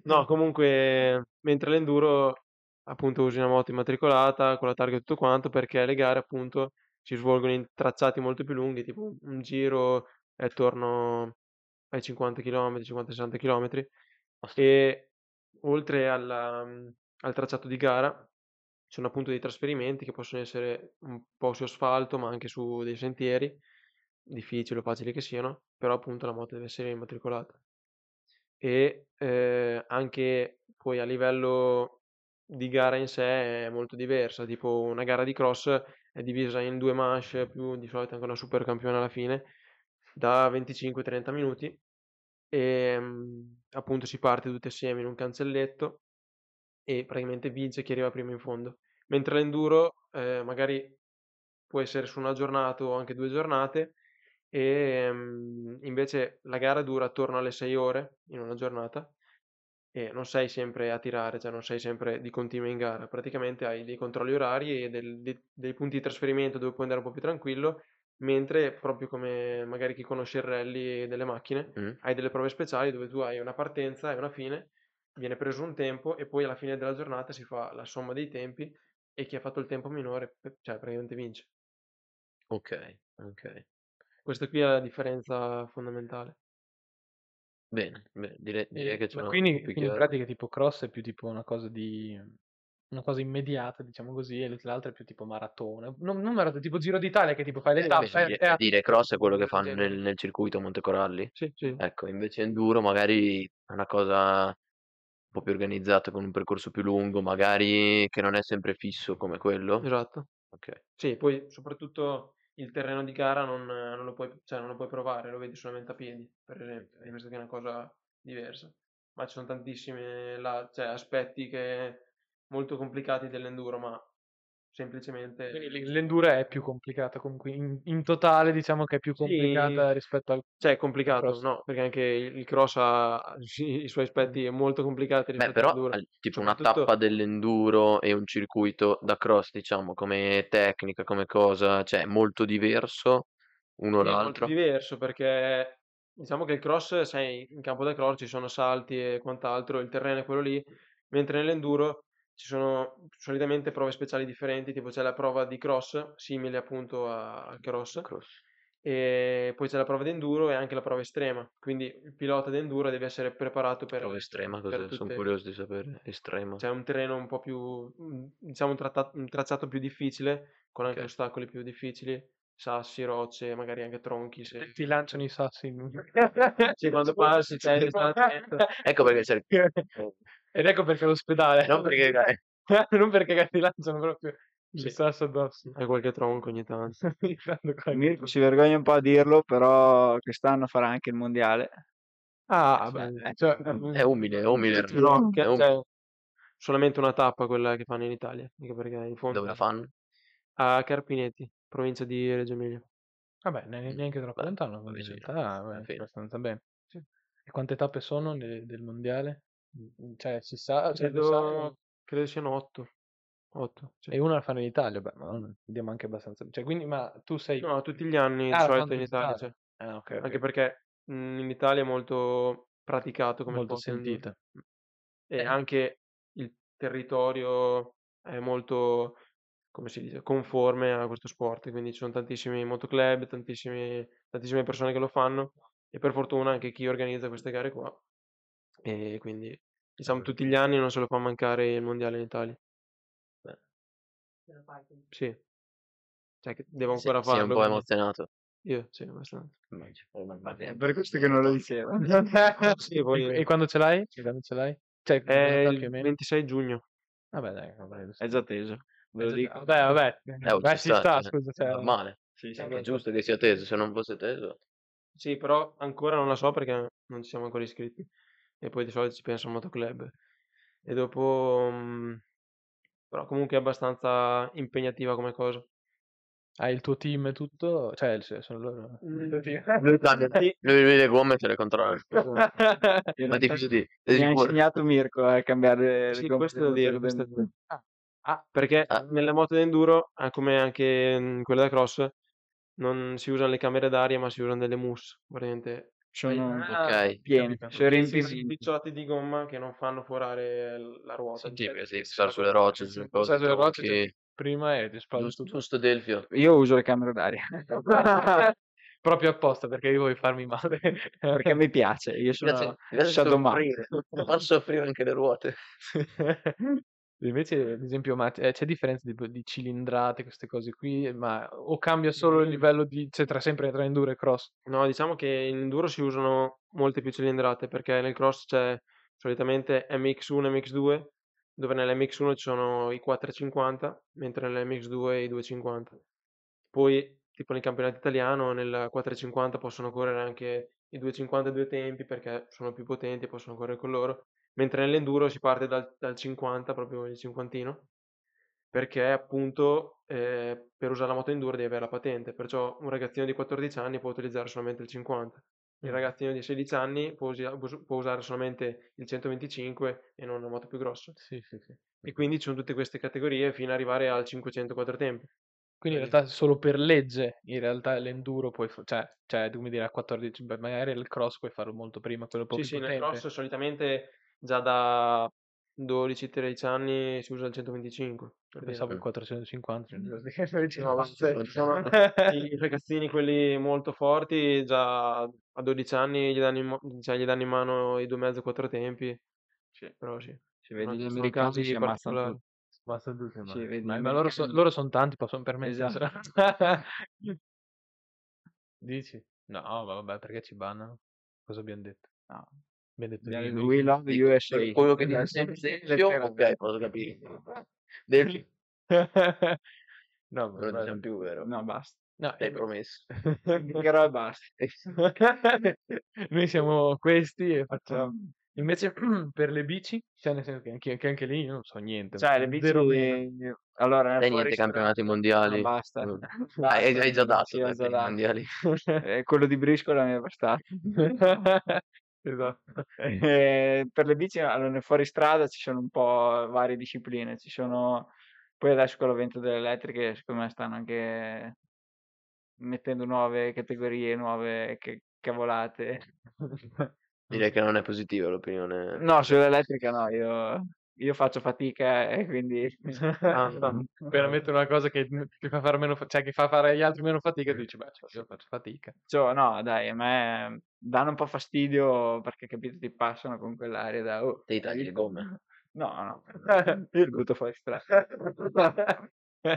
D: No, comunque, mentre l'enduro appunto usi una moto immatricolata con la targa e tutto quanto perché le gare appunto si svolgono in tracciati molto più lunghi, tipo un- un giro è attorno ai 50 km, 50-60 km e oltre alla, al tracciato di gara ci sono appunto dei trasferimenti che possono essere un po' su asfalto ma anche su dei sentieri difficili o facili che siano, però appunto la moto deve essere immatricolata. E eh, anche poi a livello di gara in sé è molto diversa, tipo una gara di cross è divisa in due manche, più di solito anche una super campione alla fine, da 25-30 minuti e mm, appunto si parte tutti assieme in un cancelletto e praticamente vince chi arriva prima in fondo. Mentre l'enduro eh, magari può essere su una giornata o anche due giornate e mm, invece la gara dura attorno alle 6 ore in una giornata e non sei sempre a tirare, cioè non sei sempre di continuo in gara, praticamente hai dei controlli orari e del- dei, dei punti di trasferimento dove puoi andare un po' più tranquillo, mentre proprio come magari chi conosce il rally delle macchine,
A: Mm.
D: hai delle prove speciali dove tu hai una partenza e una fine, viene preso un tempo e poi alla fine della giornata si fa la somma dei tempi e chi ha fatto il tempo minore, pe- cioè praticamente vince.
A: Ok, ok.
D: Questa qui è la differenza fondamentale.
A: Bene, bene, dire- direi
C: Eh,
A: che c'è
C: ma
A: una-
C: quindi,
A: più
C: quindi in
A: chiaro.
C: pratica tipo cross è più tipo una cosa di una cosa immediata, diciamo così, e l'altra è più tipo maratona. Non, non maratona, tipo Giro d'Italia che tipo fai le
A: Eh,
C: tappe.
A: invece
C: eh,
A: di-
C: eh,
A: dire cross è quello che fanno
D: genere.
A: nel, nel circuito Montecoralli.
D: Sì, sì.
A: Ecco, invece enduro magari è una cosa un po' più organizzata con un percorso più lungo, magari che non è sempre fisso come quello.
D: Esatto.
A: Ok.
D: Sì, poi soprattutto il terreno di gara non, eh, non lo puoi, cioè, non lo puoi provare, lo vedi solamente a piedi, per esempio, e questa qui è una cosa diversa. Ma ci sono tantissimi la- cioè, aspetti che molto complicati dell'enduro, ma semplicemente...
C: Quindi l- l'endura è più complicata comunque, in, in totale diciamo che è più
D: Sì.
C: complicata rispetto al...
D: Cioè, è complicato,
C: Cross.
D: no? Perché anche il il cross ha i, i suoi aspetti molto complicati
A: Beh,
D: rispetto
A: però
D: all'enduro.
A: al- tipo una
D: Soprattutto-
A: tappa dell'enduro e un circuito da cross, diciamo, come tecnica, come cosa, cioè è molto diverso uno
D: Sì, è molto
A: l'altro.
D: diverso perché diciamo che il cross, sai, in campo da cross ci sono salti e quant'altro, il terreno è quello lì, mentre nell'enduro ci sono solitamente prove speciali differenti, tipo c'è la prova di cross, simile appunto a- al cross,
A: Cross.
D: e poi c'è la prova di enduro e anche la prova estrema, quindi il pilota di enduro deve essere preparato per,
A: Prova estrema,
D: per
A: cos'è? Sono
D: tutte- Cioè,
A: curioso di sapere. Estrema.
D: c'è un terreno un po' più, mm, diciamo, un, tratta- un tracciato più difficile, con anche
A: Ok.
D: ostacoli più difficili, sassi, rocce, magari anche tronchi. Se...
C: Ti lanciano i sassi in-
D: Sì, quando passi, c'è il
A: Ecco perché c'è il...
C: Ed ecco perché
D: eh,
C: l'ospedale.
A: Non perché... eh.
C: non perché ti lanciano proprio
D: Sì.
C: il sasso addosso.
D: Hai qualche tronco ogni tanto.
C: Ogni tanto qua-
B: Eh, Mirko si vergogna un po' a dirlo, però quest'anno farà anche il mondiale.
D: Ah,
A: beh,
D: beh,
C: Cioè,
A: eh, È umile, è umile. il
D: no,
A: Rock,
D: che-
A: è un-
D: cioè, solamente una tappa quella che fanno in Italia, anche perché in fondo
A: Dove la fanno?
D: a Carpinetti, provincia di Reggio Emilia.
C: vabbè, ne- neanche troppo
A: Beh,
C: lontano, ma in
A: vicino,
C: realtà
A: alla
C: beh,
A: fine.
C: abbastanza bene. E quante tappe sono ne- del mondiale? Mm, Cioè, si sa, cioè, lo sanno?
D: Credo, credo siano otto. Otto, sì.
C: e una la fanno in Italia, beh, ma non- andiamo anche abbastanza. Cioè, quindi, ma tu sei...
D: No, tutti gli anni di
C: Ah, la
D: solito
C: fanno
D: in
C: in
D: Italia,
C: Italia.
D: sì.
C: Ah, ok, ok.
D: Anche perché mh, in Italia è molto praticato come
C: molto
D: sport in-
C: sentita.
D: e
C: Eh.
D: anche il territorio è molto, come si dice, conforme a questo sport, quindi ci sono tantissimi motoclub, tantissimi, tantissime persone che lo fanno e per fortuna anche chi organizza queste gare qua e quindi diciamo tutti gli anni non se lo fa mancare il mondiale in Italia. Sì. Cioè che devo
A: Sì,
D: ancora
A: Sì, è un
D: farlo.
A: po'
D: quindi-
A: emozionato. Eh,
D: Io sì, abbastanza. Cioè,
B: È per questo che non lo dicevo.
D: Sì,
C: E,
D: poi
C: e quando ce l'hai? E quando ce l'hai? Cioè,
A: Eh,
D: è
C: quando
D: il 26 giugno.
C: Vabbè, dai, vabbè,
B: È già teso, ve Eh, lo
C: già-
B: dico.
C: Vabbè, vabbè.
A: Eh, oh,
C: Beh,
A: ci
C: ci
A: sta,
C: sta,
A: cioè,
C: scusa,
A: È
C: cioè,
A: normale.
B: Sì, sì.
A: È giusto che sia teso, se non fosse teso...
D: Sì, però ancora non la so perché non ci siamo ancora iscritti. E poi di solito ci penso al motoclub. E dopo... mm, però comunque è abbastanza impegnativa come cosa.
C: Hai il tuo team e tutto? Cioè, se- sono loro.
D: Mm.
C: Cioè,
A: Lui cambia, lui vede come se le controlla. Ma ti fido di... sei
B: Mi ha
A: sicuro?
B: insegnato Mirko a cambiare le
D: Sì,
B: gomme
D: questo devo
B: del-
D: dire, questo
B: del-
D: devo dire. Ah, perché
A: Ah.
D: nelle moto d'enduro, eh, come anche in quelle da cross, non si usano le camere d'aria, ma si usano delle mousse. Praticamente
B: sono
A: Ok.
B: pieni,
C: capito.
D: Sì,
B: sono riempiti.
D: sì, picciotti di gomma che non fanno forare l- la ruota.
A: Sì, sì, perché
D: se
A: devi stare sulle rocce, sulle cose,
C: Sai, sulle rocce,
A: tronchi.
C: cioè, prima e ti esplode
A: Giusto,
C: tutto.
A: giusto Delfio.
B: Io uso le camere d'aria
C: Proprio apposta perché io voglio farmi male.
B: perché mi piace, io sono sadomaso.
A: soffrire. Far soffrire anche le ruote.
C: Invece, ad esempio, ma eh, c'è differenza di, di cilindrate, queste cose qui, ma o cambia solo il livello di... cioè tra sempre tra enduro e cross.
D: No, diciamo che in enduro si usano molte più cilindrate perché nel cross c'è solitamente MX1 e MX2, dove nell'MX1 ci sono i 4,50, mentre nell'MX2 i 2,50. Poi, tipo nel campionato italiano, nel 4,50 possono correre anche i 2,50 due tempi perché sono più potenti e possono correre con loro, mentre nell'enduro si parte dal, dal 50, proprio il cinquantino, perché appunto eh, per usare la moto enduro devi avere la patente, perciò un ragazzino di 14 anni può utilizzare solamente il 50, il ragazzino di 16 anni può, usi- può usare solamente il 125 e non una moto più grossa.
C: Sì, sì, sì.
D: E quindi ci sono tutte queste categorie fino ad arrivare al 500 quattro tempi.
C: Quindi in
D: Quindi-
C: realtà solo per legge, in realtà l'enduro puoi, fa- cioè, cioè, tu mi dire a 14, beh, magari il cross puoi farlo molto prima, quello poco
D: Sì,
C: più
D: sì, nel
C: potente.
D: cross solitamente già da 12-13 anni si usa il 125. per dire.
C: Pensavo cioè, il 450.
D: Esatto. No, ma se- diciamo, i ragazzini quelli molto forti già a 12 anni gli danno in, mo- cioè, gli danno in mano i due mezzo quattro tempi. Però sì.
B: Se vedi
D: Non
B: gli
D: ci sono
B: americani
D: casi
B: si ammazzano
D: particolari.
B: tutti.
C: Ma sono tutti male.
B: Sì, vedi,
C: Ma-
B: gli
C: ma loro, so-
B: americani-
C: loro sono tanti, possono permetterselo. Dici? No, ma vabbè, perché ci bannano? Cosa abbiamo detto?
B: No.
C: Abbiamo detto
B: Abbiamo
C: di-
B: il We love USA.
A: Quello che dice
B: Esatto.
A: sempre Delfio, ok, posso capire. Delfio,
C: No,
A: non
C: ma
A: lo diciamo
C: vabbè.
A: più, vero?
B: No, basta.
C: No,
A: L'hai
C: eh,
A: promesso.
B: Dichiarò e basta.
C: Noi siamo questi e facciamo.
B: Ciao.
C: Invece per le bici, cioè nel senso che anche, che anche lì io non so niente.
B: Cioè, le bici...
C: zero meno.
B: Allora,
A: Dai,
B: fuori
A: niente,
B: strada-
A: campionati mondiali.
B: No, basta.
A: Mm.
B: Basta,
A: Ah, hai, hai già dato
B: sì, ho
A: dai,
B: già
A: per i
B: dato.
A: mondiali.
B: Eh, quello di briscola mi è bastato.
C: esatto.
B: Eh, per le bici, allora, nel fuoristrada ci sono un po' varie discipline. Ci sono... Poi adesso con l'avvento delle elettriche, secondo me, stanno anche mettendo nuove categorie, nuove che- cavolate.
A: Direi che non è positiva l'opinione.
B: No, sull'elettrica no, io, io faccio fatica e quindi...
A: Ah.
C: per mettere una cosa che ti fa fare meno fa- cioè che fa fare agli altri meno fatica, tu dici, beh, cioè, io faccio fatica.
B: Cioè, no, dai, a me danno un po' fastidio perché, capito, ti passano con quell'aria da... Oh,
A: Te li tagli le gomme.
B: No, no, io li butto fuori strada.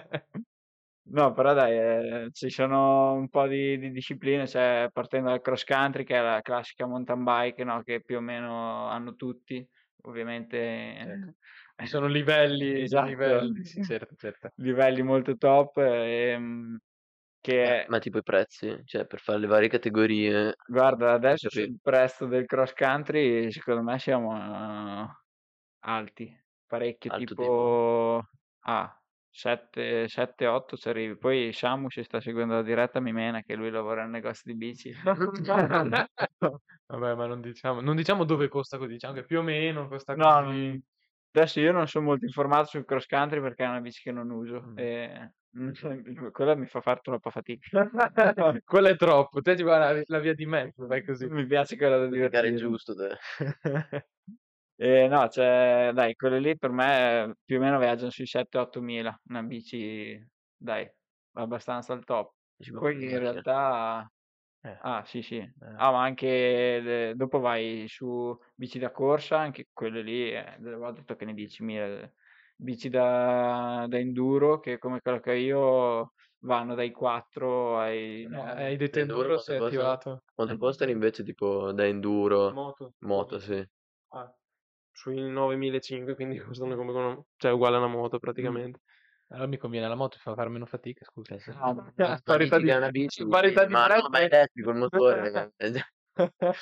B: No, però dai, eh, ci sono un po' di, di discipline, cioè partendo dal cross country, che è la classica mountain bike, no, che più o meno hanno tutti, ovviamente...
A: Certo. Eh.
C: Ci sono livelli,
B: Esatto.
C: livelli, sì, certo, certo.
B: livelli molto top ehm, che
A: Eh, Ma tipo i prezzi, cioè per fare le varie categorie,
B: guarda adesso
A: capito.
B: sul prezzo del cross country secondo me siamo eh, alti parecchio
A: Alto
B: tipo a 7 7 8 ci arrivi poi Samu se sta seguendo la diretta mi mena che lui lavora al negozio di bici
C: Vabbè, ma non diciamo, non diciamo dove costa così, diciamo che più o meno costa così.
B: No, non- adesso io non sono molto informato sul cross country perché è una bici che non uso
C: Mm.
B: e quella mi fa fare troppa fatica
C: Quello è troppo. Te ti guarda la, la via di me, vai così.
B: mi piace quella da
A: giudicare il
B: divertirmi
A: giusto. te.
B: Eh, no, cioè, dai, quelle lì per me eh, più o meno viaggiano sui 7-8 mila, una bici, dai, abbastanza al top.
A: Dici, boh,
B: Poi in
A: minchia.
B: realtà,
D: Eh.
B: ah sì sì, ah ma anche le- dopo vai su bici da corsa, anche quelle lì, eh, delle volte toccano i 10.000, bici da, da enduro, che come quella che ho io, vanno dai 4 ai...
C: Eh,
B: 9.
C: Hai detto enduro,
A: Enduro,
C: sei
A: quante
C: attivato.
A: Quanto costano invece tipo da enduro,
D: Moto.
A: moto, sì.
D: Ah, sui 9.500, quindi costano come una, cioè uguale a una moto praticamente.
C: Allora mi conviene la moto, fa fare meno fatica, scusa.
B: Ah,
A: Ah,
C: parità di-
A: è una bici,
C: parità di
A: ma no,
C: prezzo.
A: ma è elettrico il motore, eh, ragazzi.
D: Mm.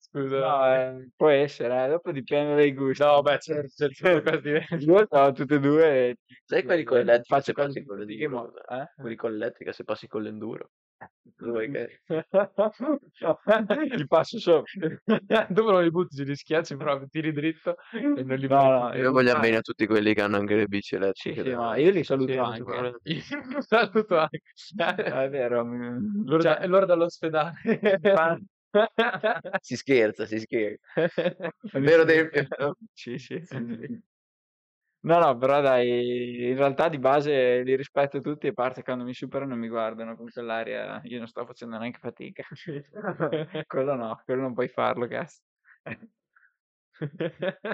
C: Scusa.
B: No, eh, può essere, eh, dopo dipende dai gusti.
C: No, beh, certo, certo, sono cose diverse.
B: Io ho tutte e due. eh, e-
A: Sai quelli con l'elettrica
B: Faccio
A: se
B: quasi
A: passi con
B: tutti i
A: l'enduro,
B: modi, eh?
A: quelli con l'elettrica se passi con l'enduro. Tu
B: mm,
A: vuoi che-
B: Gli passo sopra.
C: Dopo non li butti, li schiacci proprio, tiri dritto e non li
B: No, no,
C: butti.
A: Io voglio bene a tutti quelli che hanno anche le bici
B: eh, Sì,
A: elettriche. dai.
B: sì, ma io li saluto
D: Sì,
B: anche. eh.
D: sicuramente.
C: Io saluto anche.
B: Ah, È vero. mi-
C: Loro,
B: cioè,
C: da- loro dall'ospedale.
B: fa-
A: Si scherza, si scherza.
B: ogni
A: Vero,
B: tanto-
A: Dave?
B: Sì, sì. No, no, però dai, in realtà di base li rispetto tutti, a parte quando mi superano mi guardano con quell'aria, io non sto facendo neanche fatica. Quello no, quello non puoi farlo, cazzo.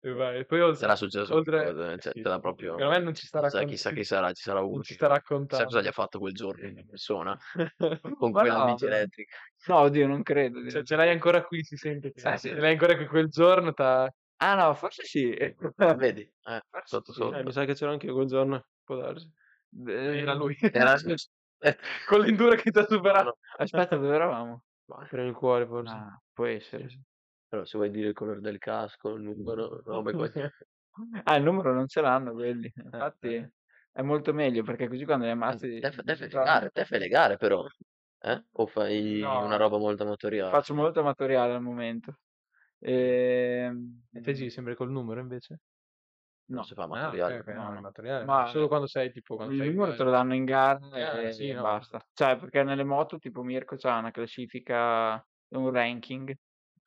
C: E vai, Poi oltre,
A: Sarà successo
C: oltre-
A: qualcosa, eh, cioè,
C: sì,
A: te la
C: sì.
A: proprio-
C: Secondo me non ci sta
A: Chissà,
C: raccontando.
A: chissà chi sarà, ci sarà uno.
C: Non ci
A: che- Chissà
C: sta
A: cosa gli
C: raccontando.
A: ha fatto quel giorno in persona con
B: Ma
A: quella
B: no,
A: bici elettrica.
B: No, oddio, non credo. di-
C: Cioè, ce l'hai ancora qui, si sente. che-
B: Eh, sì.
C: Ce l'hai ancora qui quel giorno, t'ha...
B: Ah no, forse sì.
A: Vedi? Eh, sotto
B: sì,
A: sotto.
D: Eh, mi sa che c'era anche io quel giorno, può darsi.
B: Eh,
C: era lui.
A: Era- Eh,
C: Con l'enduro che ti ha superato.
B: Aspetta, dove eravamo?
D: Ma per il cuore forse.
B: Ah, può essere.
A: Però se vuoi dire il colore del casco, il numero, robe così. eh,
B: Ah, il numero non ce l'hanno quelli.
C: Eh,
B: Infatti è molto meglio perché così quando li ammazzi...
A: Te, fa- te fai
B: Tra-
A: le gare, te fai le gare però. Eh? O fai
B: No.
A: una roba molto amatoriale.
B: Faccio molto amatoriale al momento. Ehm,
C: FG sempre col numero invece?
A: Non
B: no.
A: si fa
C: Ah, ok,
A: amatoriale.
C: ok, no,
B: No, no.
C: materiale.
B: Ma-
C: Solo quando sei tipo... Quando
B: Il
C: sei
B: numero te lo danno in gara
C: Eh,
B: e
C: sì, no.
B: basta. Cioè, perché nelle moto, tipo Mirko c'ha una classifica, un ranking.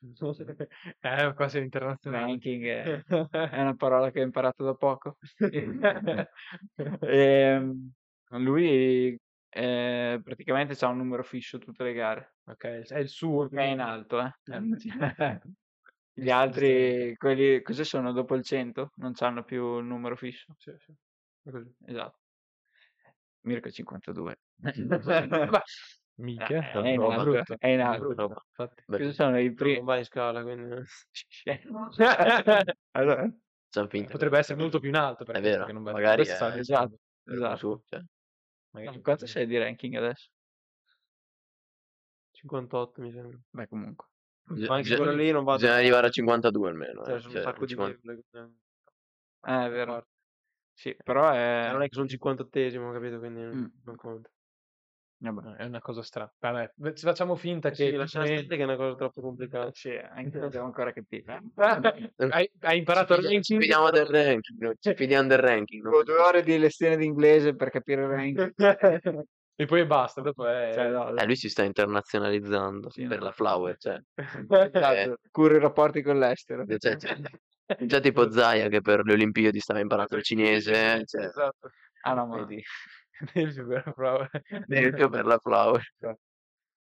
C: Eh, qua sei internazionale.
B: Ranking è, è una parola che ho imparato da poco. Ehm, lui eh, praticamente ha un numero fisso tutte le gare.
C: ok, è il suo.
B: È in alto, eh.
C: Eh, sì.
B: Gli altri, quelli, cosa sono dopo il 100? Non hanno più il numero fisso.
C: Sì, sì. È così.
B: Esatto. Mirko 52.
C: Ma- Mica,
B: Eh, è in
A: roba,
B: alto,
C: brutto.
B: è in alto.
A: Brutta roba.
C: Infatti.
A: Beh,
B: Cosa sono i primi?
D: Non va in scala, quindi... eh,
B: allora, eh?
A: facciamo finta.
C: Potrebbe essere molto più in alto. per
A: È
C: questo
A: vero,
C: che non va-
A: magari
C: questo
A: è-
C: sa-
B: esatto,
A: per uno
B: esatto.
A: su, cioè.
C: magari-
B: Quanto sei di ranking adesso?
D: 58 mi sembra.
B: Beh, comunque.
A: Gi-
D: Ma anche
A: gi-
D: quello lì non vado.
A: Bisogna arrivare a 52 almeno.
D: cioè,
A: eh,
D: sono
A: cioè,
D: un sacco di
A: 50.
D: virgole, quindi-
B: Eh, è vero. Sì, però è...
D: Eh, non è che sono 58esimo, capito? Quindi non-
B: Mm.
D: non conta. Eh,
B: Vabbè.
C: È una cosa strana. Vabbè, ve- ci facciamo finta
D: Eh Sì,
C: che...
D: lasciare stare che è una cosa troppo complicata.
B: Eh, Sì, anche io devo ancora capire. eh.
C: hai, hai imparato il
A: Ci fidi- ci
C: ranking?
A: fidiamo del ranking. no? Ci fidiamo del ranking. no?
B: Tipo, due ore di lezione d'inglese per capire il ranking. eh,
C: e poi basta, dopo è...
B: Cioè, no,
A: Eh, lui si sta internazionalizzando
B: Sì,
A: per
B: no.
A: la flower. Cioè,
B: esatto, curi i rapporti con l'estero.
A: cioè, cioè, già tipo Zaya che per le Olimpiadi stava imparando il cinese. eh, Cioè,
C: Esatto.
B: Ah, no, ma...
A: vedi,
C: Delphi, bravo, bravo.
A: meglio per la flower.
B: Cioè,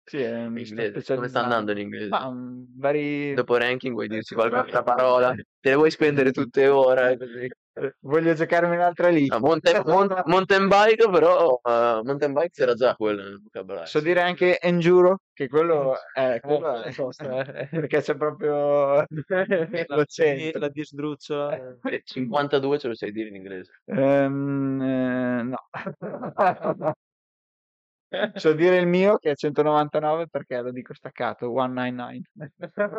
B: Sì, è mi
A: Inglese,
B: sto
A: Come sta
B: specializzando.
A: andando in inglese?
B: Ma, mm, vari...
A: Dopo ranking vuoi dirci qualche altra parola? Te le vuoi spendere tutte ora? eh, Ah, così.
B: Voglio giocarmi un'altra
A: No,
B: lista.
A: mountain, mon- mountain bike però eh, mountain bike c'era già quello nel vocabolario.
B: So dire anche Enjuro, che quello è...
A: Oh,
B: quello
C: Eh,
B: è-
C: tosta, eh.
B: perché c'è proprio lo
D: E
B: centro.
D: la disdrucciola. eh.
A: Eh, 52 ce lo sai dire in inglese.
B: Ehm, eh, no. So dire il mio che è 199 perché lo dico staccato, 199.
C: Eh,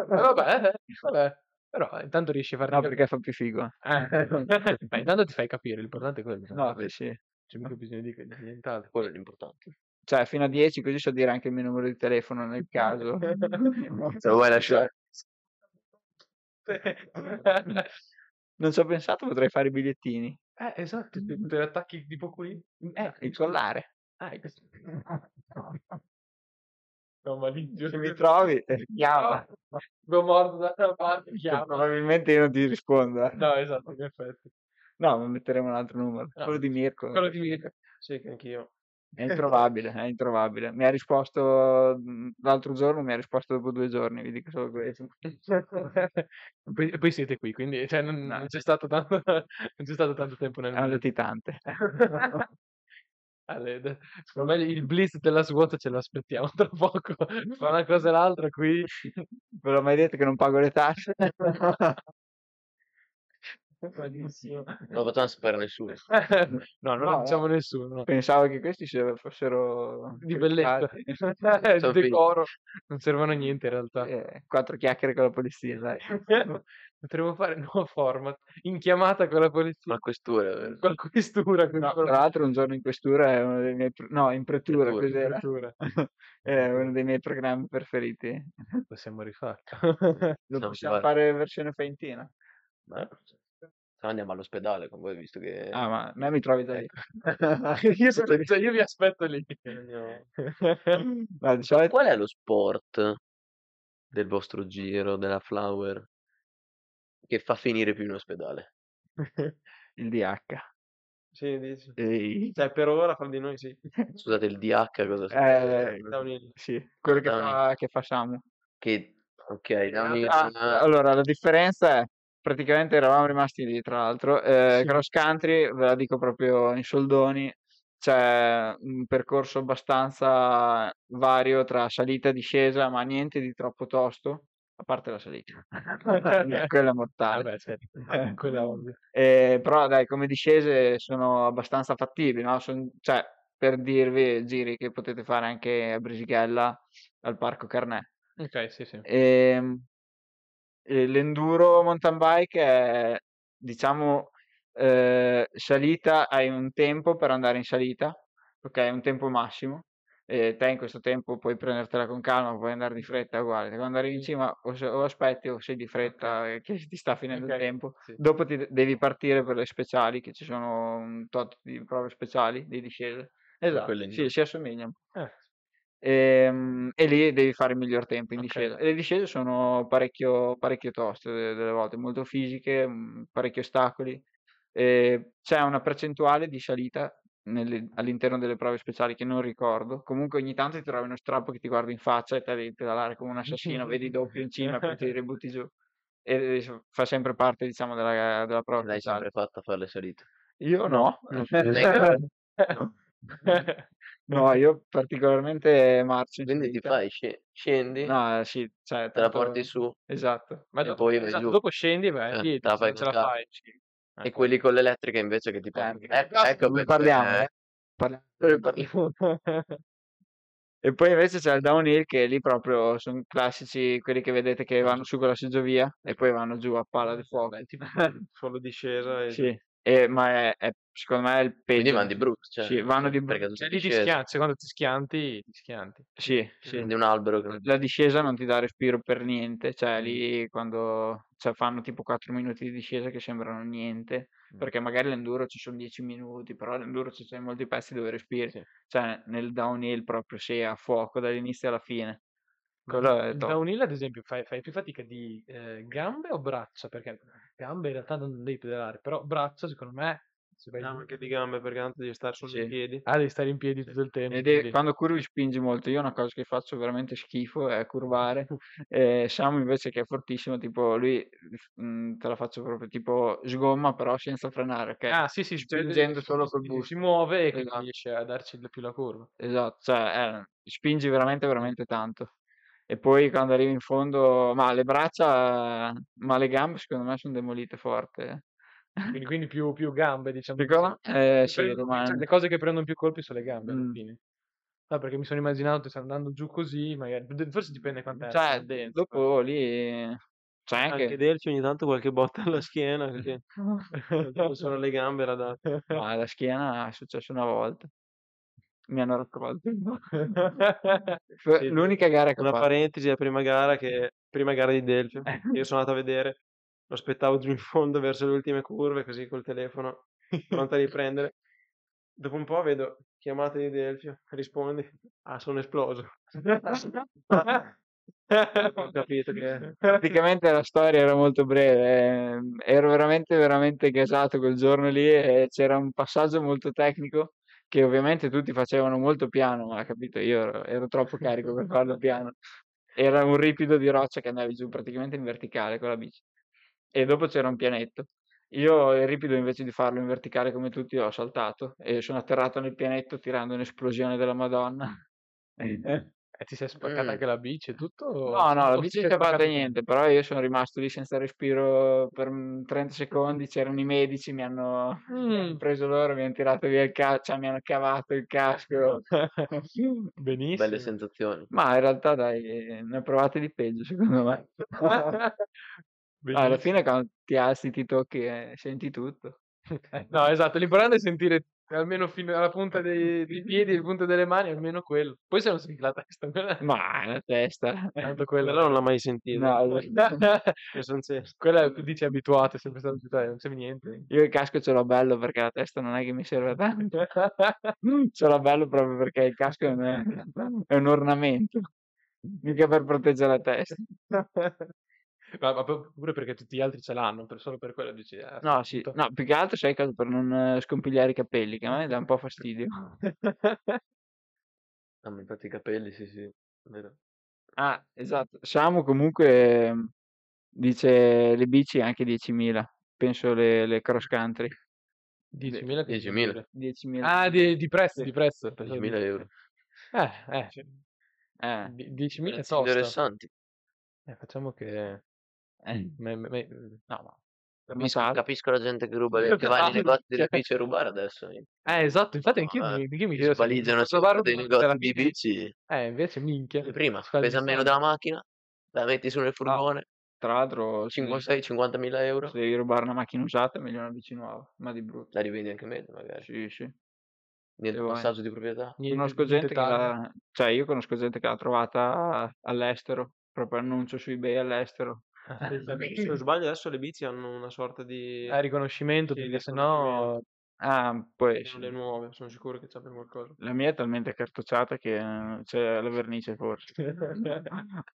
C: vabbè, eh, vabbè. Però intanto riesci a farti
B: No,
C: capire.
B: perché fa più figo.
C: Eh, beh, intanto ti fai capire, l'importante è quello.
B: No,
C: Non
B: sì.
C: c'è mica bisogno di di nient'altro.
A: Quello è l'importante.
B: Cioè, fino a 10 così so dire anche il mio numero di telefono nel caso.
A: Se lo vuoi lasciare.
B: Non ci ho pensato, potrei fare i bigliettini.
C: Eh, esatto, te- te attacchi tipo qui. Eh,
B: Il collare.
C: ah, è questo. No, ma lì
B: Se mi trovi, eh, chiama.
C: Sono morto da una parte, chiama.
B: Probabilmente io non ti rispondo. eh.
C: No, esatto, in effetti.
B: No, ma metteremo un altro numero.
C: No.
B: Quello di Mirko.
C: Quello di Mirko.
D: Sì, che anch'io.
B: È introvabile, è introvabile. Mi ha risposto mh, l'altro giorno, mi ha risposto dopo due giorni, vi dico solo questo.
C: E poi, e poi siete qui, quindi cioè, non,
B: No.
C: non c'è stato tanto, non c'è stato tanto tempo nel
B: È un latitante.
C: Ale, d- secondo me il blitz della SWAT ce lo aspettiamo tra poco. Fa una cosa e l'altra qui.
B: Ve l'ho mai detto che non pago le tasse?
C: Benissimo.
A: Non lo facciamo sapere a nessuno.
C: No, non
A: eh.
B: No,
C: lo
B: no.
C: diciamo a nessuno. no.
B: Pensavo che questi se- fossero
C: Di bellezza.
B: cercati.
C: Il
A: Sono
C: decoro. Non servono a niente in realtà.
B: Eh, quattro chiacchiere con la polizia, dai.
A: Eh.
C: Potremmo fare un nuovo format. In chiamata con la polizia.
A: La questura, vero?
C: Con la questura. quindi
B: No,
C: con
B: tra
C: la
B: l'altro un giorno in questura è uno dei miei pro- no, in pretura,
A: Pretura, in
B: cos'era?
C: questura.
B: È uno dei miei programmi preferiti.
C: Possiamo rifarlo.
D: eh.
B: Lo
A: No,
B: possiamo
A: guarda.
B: fare versione fentina.
A: Eh? Se no andiamo all'ospedale con voi, visto che...
B: Ah, ma a me mi trovi da lì.
C: io, sono- cioè, io vi aspetto lì.
D: Andiamo.
B: Ma di solito
A: Qual è lo sport del vostro giro, della flower, che fa finire più in ospedale?
B: il DH.
D: Sì, dici.
B: Ehi.
D: Cioè, per ora fra di noi sì.
A: Scusate, il DH cosa
B: Eh,
D: Da un'il-
B: Sì, quello che
A: Downhill.
B: fa, che fa Samu.
A: Che... Ok, downhill,
B: Ah, allora, la differenza è praticamente eravamo rimasti lì, tra l'altro. eh,
C: Sì.
B: Cross country, ve la dico proprio in soldoni, c'è un percorso abbastanza vario tra salita e discesa, ma niente di troppo tosto, a parte la salita. Quella è mortale.
C: Vabbè, certo. Eh, quello è ovvio.
B: Eh, però dai, come discese sono abbastanza fattibili, no? Son- cioè, per dirvi giri che potete fare anche a Brisighella al Parco Carnè.
C: Ok, sì, sì.
B: Ehm, e l'enduro mountain bike è, diciamo, eh, salita, hai un tempo per andare in salita, ok? Un tempo massimo. E te in questo tempo puoi prendertela con calma, puoi andare di fretta, è uguale. Quando arrivi in cima o, se- o aspetti o sei di fretta eh, che ti sta finendo
C: Ok,
B: il tempo.
C: sì.
B: Dopo ti de- devi partire per le speciali, che ci sono un tot di prove speciali di discesa. Esatto,
A: quelle
B: sì,
A: in-
B: si assomigliano.
C: Eh,
B: Ehm, E, lì devi fare il miglior tempo in
C: Ok.
B: discesa. E le discese sono parecchio, parecchio toste de- delle volte, molto fisiche, mm, parecchi ostacoli. E c'è una percentuale di salita nelle- all'interno delle prove speciali che non ricordo. Comunque ogni tanto ti trovi uno strappo che ti guarda in faccia e te devi pedalare come un assassino, vedi doppio in cima, poi ti ributti giù. E eh, fa sempre parte, diciamo, della, della prova
A: eh, l'hai
B: speciale.
A: sempre fatta a fare le salite.
B: Io no.
C: eh,
B: No, io particolarmente marcio in
A: Quindi ti
B: salita.
A: fai, sce- scendi,
B: cioè No, sì, cioè,
A: te la
B: tanto-
A: porti su
B: Esatto.
C: Ma
A: E
C: dopo,
A: poi vai
C: esatto,
A: giù.
C: dopo scendi e vai a
A: Eh,
C: piedi,
A: te la
C: se
A: fai
C: non ce
A: con
C: la
A: calma.
C: fai.
A: e quelli con l'elettrica invece che ti portano.
B: anche.
A: Eh, Ecco,
B: ecco. Eh, Non eh.
A: ecco perché-
B: parliamo,
A: eh,
B: eh. Parliamo.
A: eh, parli-
B: E poi invece c'è il downhill che lì proprio sono classici quelli che vedete che
A: Esatto.
B: vanno su con la seggiovia e poi vanno giù a palla di fuoco.
D: Beh, tipo solo discesa e
B: Sì, e- ma è, è- secondo me è il peggio.
A: Quindi vanno di brutto, cioè,
B: Sì, vanno di
A: perché
B: brutto.
A: tu
C: Cioè,
A: sei
C: lì ti
A: disceso,
C: schianti, quando ti schianti, ti schianti.
B: Sì, sì.
A: prendi un albero che non-
B: La discesa non ti dà respiro per niente, cioè lì quando cioè, fanno tipo 4 minuti di discesa che sembrano niente,
A: Mm.
B: perché magari l'enduro ci sono 10 minuti, però l'enduro ci sono molti pezzi dove respiri,
D: Sì.
B: cioè nel downhill proprio sei a fuoco dall'inizio alla fine.
C: Ma
B: Quello
C: il-
B: è
C: il
B: top.
C: downhill, ad esempio, fai, fai più fatica di eh, gambe o braccia? Perché gambe in realtà non devi pedalare, però braccia, secondo me, se vai
D: Ah,
C: giù-
D: anche di gambe perché tanto devi stare sui
B: Sì.
D: piedi.
C: ah, devi stare in piedi tutto il tempo.
B: Ed è,
C: quindi-
B: quando curvi spingi molto. Io una cosa che faccio veramente schifo è curvare. Eh, Samu invece che è fortissimo, tipo lui mm, te la faccio proprio tipo sgomma però senza frenare, ok?
C: Ah, sì, sì, cioè,
B: spingendo
C: si-
B: solo
C: si-
B: col
C: si-
B: busto.
C: Si muove e quindi
B: Esatto.
C: riesce a darci il- più la curva.
B: Esatto, cioè eh, spingi veramente veramente tanto. E poi quando arrivi in fondo, ma le braccia, ma le gambe secondo me sono demolite forte.
C: Quindi, quindi più, più gambe, diciamo.
B: Secondo
C: così.
B: me, eh,
C: Che
B: sì,
C: prendono-
B: rimane-
C: cioè, le cose che prendono più colpi sono le gambe alla
B: Mm.
C: fine. No, perché mi sono immaginato che stai andando giù così, magari. Forse dipende quanto è la
B: Cioè,
C: pendenza, però.
B: dopo lì eh, c'è
D: Anche,
B: anche...
D: Delci ogni tanto qualche botta alla schiena perché dopo solo le gambe la dà.
B: Ma la schiena è successo una volta. Mi hanno raccolto. Fu
D: Sì,
B: L'unica gara che ho
D: Una
B: fatto.
D: parentesi, la prima gara, che, prima gara di
B: Eh.
D: Delfio. Io sono andato a vedere, lo aspettavo giù in fondo verso le ultime curve, così col telefono, pronto a riprendere. Dopo un po' vedo chiamate di Delfio, rispondi, ah sono esploso. Ho capito che...
B: Praticamente la storia era molto breve. ehm, Ero veramente, veramente gasato quel giorno lì e c'era un passaggio molto tecnico che ovviamente tutti facevano molto piano, ma capito, io ero, ero troppo carico per farlo piano. Era un ripido di roccia che andavi giù praticamente in verticale con la bici. E dopo c'era un pianetto. Io il ripido invece di farlo in verticale come tutti ho saltato e sono atterrato nel pianetto tirando un'esplosione della Madonna.
C: E Eh, ti sei spaccata
A: Mm.
C: anche la bici e tutto?
B: Eh. No, no, la
C: O ti
B: bici
C: sei
B: non è
C: spaccata
B: fatta
C: tu?
B: niente, però io sono rimasto lì senza respiro per mm, 30 secondi, c'erano i medici, mi hanno, mi hanno
C: Mm.
B: preso loro, mi hanno tirato via il casco, cioè mi hanno cavato il casco.
C: Benissimo.
A: Belle sensazioni.
B: Ma in realtà dai, ne ho provate di peggio secondo me. Alla
C: Benissimo.
B: fine quando ti alzi, ti tocchi e senti tutto.
C: No, esatto, l'importante è sentire almeno fino alla punta dei, dei piedi, il punto delle mani, almeno quello. Poi se non senti la testa,
B: Ma la testa.
C: tanto
D: Quella
C: quello.
D: non l'ha mai sentita.
B: No,
D: Io sono serio.
C: Quella tu dici abituato, è sempre stato abituato, non serve niente.
B: Io il casco ce l'ho bello perché la testa non è che mi serve tanto. Ce l'ho bello proprio perché il casco è un, è un ornamento, mica per proteggere la testa.
C: Ma, ma pu- pure perché tutti gli altri ce l'hanno, per- solo per quello dici. ah,
B: No, sì,
C: tutto.
B: no, più che altro sai cosa per non eh, scompigliare i capelli, che a me dà un po' fastidio.
A: Ah, ma infatti i capelli, sì, sì. Vero.
B: Ah, esatto. Samu comunque ehm, dice le bici anche 10.000, penso le, le cross country.
C: 10.000 che
A: 10.000.
C: dire?
B: 10.000.
C: Ah, di, di prezzo,
B: Sì.
C: di prezzo.
A: 10.000 euro.
C: Eh, eh.
B: Eh,
C: di- 10.000
A: Prezzi
C: tosta.
A: Interessanti.
C: Eh, facciamo che...
B: eh,
C: me- me- me-
B: no, ma per
A: Capisco,
B: Natale.
A: capisco la gente che ruba,
C: Io
A: le, che va nei
C: pensavo,
A: negozi delle
C: cioè-
A: bici a rubare adesso.
C: Eh, esatto, infatti anch'io
A: Ah,
C: mi, anch'io mi
A: si
C: chiedo... se-
A: svaligiano
C: se
A: sopra
C: guardo
A: dei
C: una cosa alla
A: negozi di
C: fine-
A: bici.
C: Eh, invece minchia.
A: Prima,
C: spalmi
A: pesa meno
C: soldi.
A: della macchina, la metti
D: Ah,
A: su nel furgone,
B: Tra l'altro, se devi,
A: 5-6-50.000 euro,
B: se devi rubare una macchina usata, è meglio una bici nuova, ma di brutto.
A: la rivendi anche meglio magari.
B: Sì, sì.
A: Niente
B: Se vuoi.
A: passaggio di proprietà.
C: Niente-
B: Conosco
C: niente
B: gente che
C: tagli.
B: l'ha, cioè io conosco gente che l'ha trovata all'estero, proprio annuncio su eBay all'estero.
D: Se non sbaglio adesso le bici hanno una sorta di...
C: mm. Eh, riconoscimento,
D: Sì,
C: perché
D: di
C: sennò...
B: Ah, poi
D: sono
B: sì.
D: le nuove, sono sicuro che c'è per qualcosa.
B: La mia è talmente cartocciata che eh, c'è la vernice forse.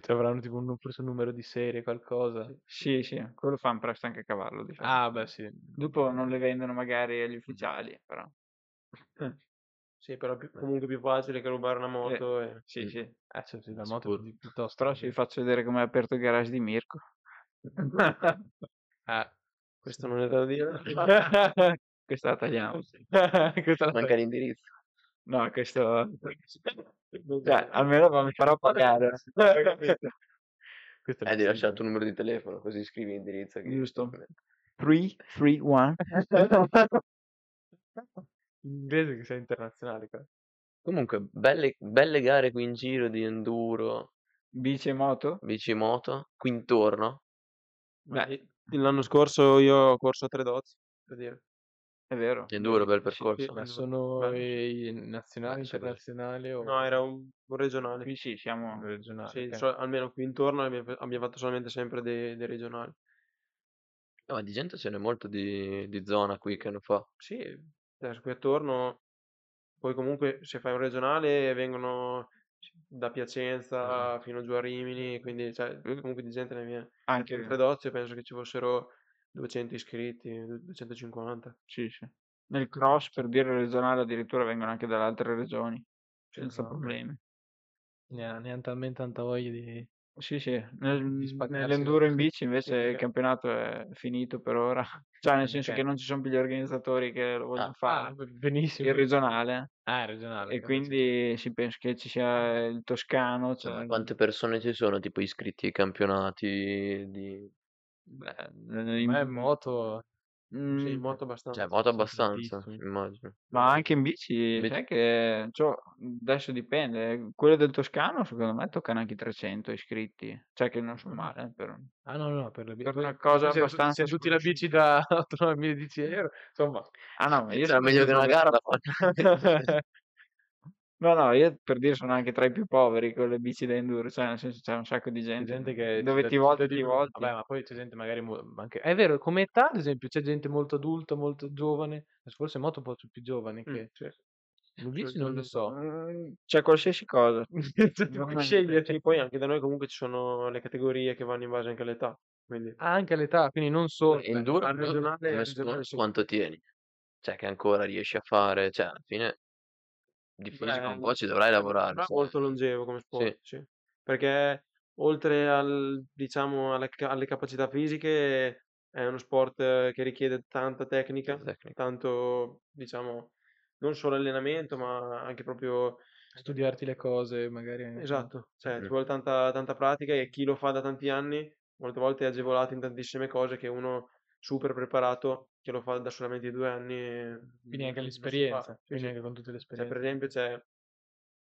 C: Ci avranno tipo un, forse un numero di serie, qualcosa.
B: Sì, sì, quello fa un presto anche a cavallo, diciamo.
C: Ah, beh, sì.
B: Dopo non le vendono magari agli ufficiali, però.
D: Sì, però più- comunque più facile che rubare una moto. E...
B: Sì,
A: Mm.
B: sì.
C: Eh, cioè, sì, la moto
A: Sicuro.
C: di- piuttosto.
B: Però se vi faccio vedere come è aperto il garage di Mirko.
C: Eh.
D: Questo non è da dire.
B: Questa la tagliamo.
C: Questa la
A: Manca l'indirizzo.
B: No, questo... Cioè, almeno non mi farò pagare.
C: questa è
A: Eh, devi
C: possibile.
A: lasciare il tuo numero di telefono, così scrivi l'indirizzo. che-
B: Giusto. 3, 3, 1.
C: Inglese che sei internazionale qua.
A: Comunque, belle, belle gare qui in giro di enduro,
B: Bici e moto?
A: bicimoto, qui intorno.
D: Beh, l'anno scorso io ho corso a tre dozzi, per dire.
B: È vero.
A: Enduro, bel
D: Sì, sì.
A: percorso.
C: Ma
D: Bello,
C: sono
D: bello.
C: i nazionali,
A: Bello, sì, bello.
C: internazionali o
D: No, era un, un regionale.
B: Qui sì, siamo...
C: regionali?
D: Sì,
C: Oh. ok.
D: so- almeno qui intorno abbiamo, abbiamo fatto solamente sempre dei, dei regionali.
A: No, Eh, ma di gente ce n'è molto di, di zona qui che lo fa.
D: Sì, adesso qui attorno, poi comunque se fai un regionale vengono da Piacenza fino giù a Rimini, quindi cioè, comunque di gente ne viene.
B: Anche...
D: Tre dozze penso che ci fossero 200 iscritti, 250.
B: Sì, sì. Nel cross, per dire regionale, addirittura vengono anche dalle altre regioni, senza
C: no.
B: problemi.
C: Ne ha, ne ha talmente tanta voglia di...
B: Sì, sì. Nel-
C: Di spaccarsi
B: nell'enduro in
C: con-
B: bici invece il
D: perché-
B: campionato è finito per ora. Cioè, nel
C: Ok.
B: senso che non ci sono più gli organizzatori che lo vogliono fare.
C: Ah, benissimo.
B: Il regionale.
C: Ah, regionale.
B: E quindi sì, penso che ci sia il toscano.
A: Cioè, ma
B: cioè,
A: quante persone ci sono, tipo, iscritti ai campionati di...
B: beh,
C: A
B: in-
C: me moto...
B: mm,
D: Sì, in moto abbastanza.
A: Cioè, moto
C: sono
A: abbastanza,
C: tantissimi.
A: immagino.
B: ma anche in bici,
A: Bici.
B: sai che cioè, adesso dipende. Quello del toscano, secondo me, toccano anche i 300 iscritti. Cioè, che non sono male. Per...
C: Ah no, no, per, le bici.
B: Per una cosa abbastanza
C: Se tutti la bici da 8.000-10.000 euro, insomma...
B: Ah, no, ma
D: Eh,
B: io
A: Sarà
B: sono
A: meglio che
B: proprio-
A: una gara la fanno.
B: No, no, io per dire sono anche tra i più poveri con le bici da enduro, cioè nel senso c'è un sacco di
C: C'è
B: gente,
C: gente che
B: dove
C: ci
B: ti
C: dà-
B: volti,
C: ci
B: ti
C: dà di-
B: volti.
C: mm, Vabbè, ma poi c'è gente magari mo- ma anche... È vero, come età, ad esempio, c'è gente molto adulta, molto giovane, forse moto un po' più giovane che... Le bici non lo so.
B: Mm, C'è qualsiasi cosa.
C: Cioè, tu puoi
B: Veramente.
C: scegliere.
D: Sì, poi anche da noi comunque ci sono le categorie che vanno in base anche all'età. Quindi
C: Ah, anche all'età, quindi non solo...
A: in duro
D: al Cioè, regionale- al regionale sì.
A: quanto tieni. Cioè, che ancora riesci a fare. Cioè, alla fine di fisica un
D: Beh,
A: po' ci dovrai lavorare.
D: Però è
A: sai.
D: molto longevo come sport, sì. Perché oltre al, diciamo, alla ca- alle capacità fisiche è uno sport eh, che richiede tanta tecnica,
A: Tecnica.
D: tanto, diciamo, non solo allenamento, ma anche proprio
C: studiarti le cose, magari. anche-
D: Esatto, cioè
A: Mm.
D: ci vuole tanta, tanta pratica e chi lo fa da tanti anni molte volte è agevolato in tantissime cose che uno super preparato che lo fa da solamente due anni eh,
C: Quindi anche
D: non- non si fa.
C: l'esperienza,
D: Sì,
C: quindi
D: sì.
C: anche con tutte le
D: Cioè, per
C: esperienze.
D: esempio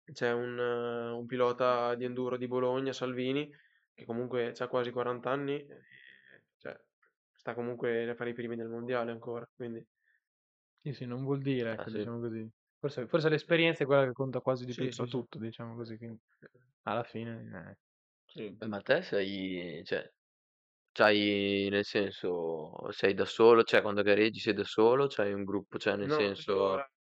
D: c'è, c'è un, eh, un pilota di enduro di Bologna, Salvini, che comunque ha quasi 40 anni, eh, cioè, sta comunque a fare i primi del mondiale ancora, quindi
C: Sì, sì, non vuol dire,
A: Ah,
C: ecco,
A: sì.
C: diciamo così. Forse, forse l'esperienza è quella che conta quasi di
D: Sì,
C: più
D: sì,
C: su
D: sì.
C: tutto, diciamo così. Quindi alla fine,
A: Eh, Ma te sei, cioè, c'hai, nel senso, sei da solo, cioè quando gareggi sei da solo, c'hai un gruppo, cioè nel
D: No, eh,
A: senso,
D: allora,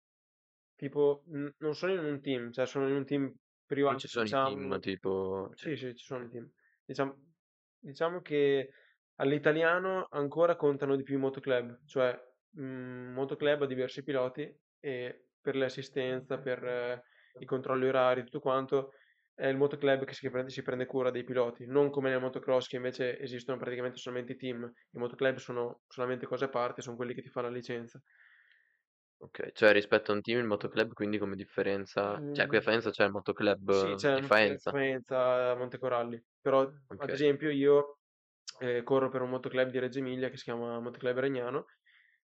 D: tipo, n- non sono in un team, cioè sono in un team
A: non
D: privato,
A: ci sono i
D: diciamo,
A: team, tipo, cioè,
D: Sì, sì, ci sono i team. Diciamo, diciamo che all'italiano ancora contano di più i motoclub, cioè mm, motoclub ha diversi piloti e per l'assistenza, per eh, i controlli orari, tutto quanto, è il motoclub che si prende, si prende cura dei piloti, non come nel motocross che invece esistono praticamente solamente i team. I motoclub sono solamente cose a parte, sono quelli che ti fanno la licenza.
A: ok, cioè rispetto a un team il motoclub quindi come differenza, cioè qui a
D: Mm.
A: Faenza c'è il motoclub eh,
D: Sì, c'è
A: di
D: una certa
A: Faenza,
D: influenza a Montecoralli, però ad
A: Ok.
D: esempio io eh, corro per un motoclub di Reggio Emilia che si chiama Motoclub Regnano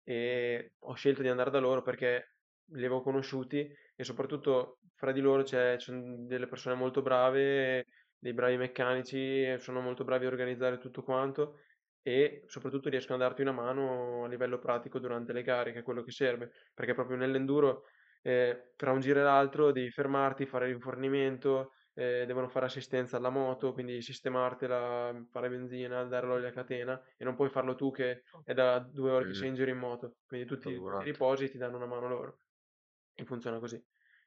D: e ho scelto di andare da loro perché li avevo conosciuti e soprattutto fra di loro c'è, ci sono delle persone molto brave, dei bravi meccanici, eh, sono molto bravi a organizzare tutto quanto e soprattutto riescono a darti una mano a livello pratico durante le gare, che è quello che serve, perché proprio nell'enduro eh, tra un giro e l'altro devi fermarti, fare il rifornimento, eh, devono fare assistenza alla moto, quindi sistemartela, fare benzina, dare l'olio a catena e non puoi farlo tu che è da due ore che
A: Mm.
D: sei in giro in moto, Esatto, quindi tu ti,
A: Figurati.
D: ti riposi e ti danno una mano loro e funziona così.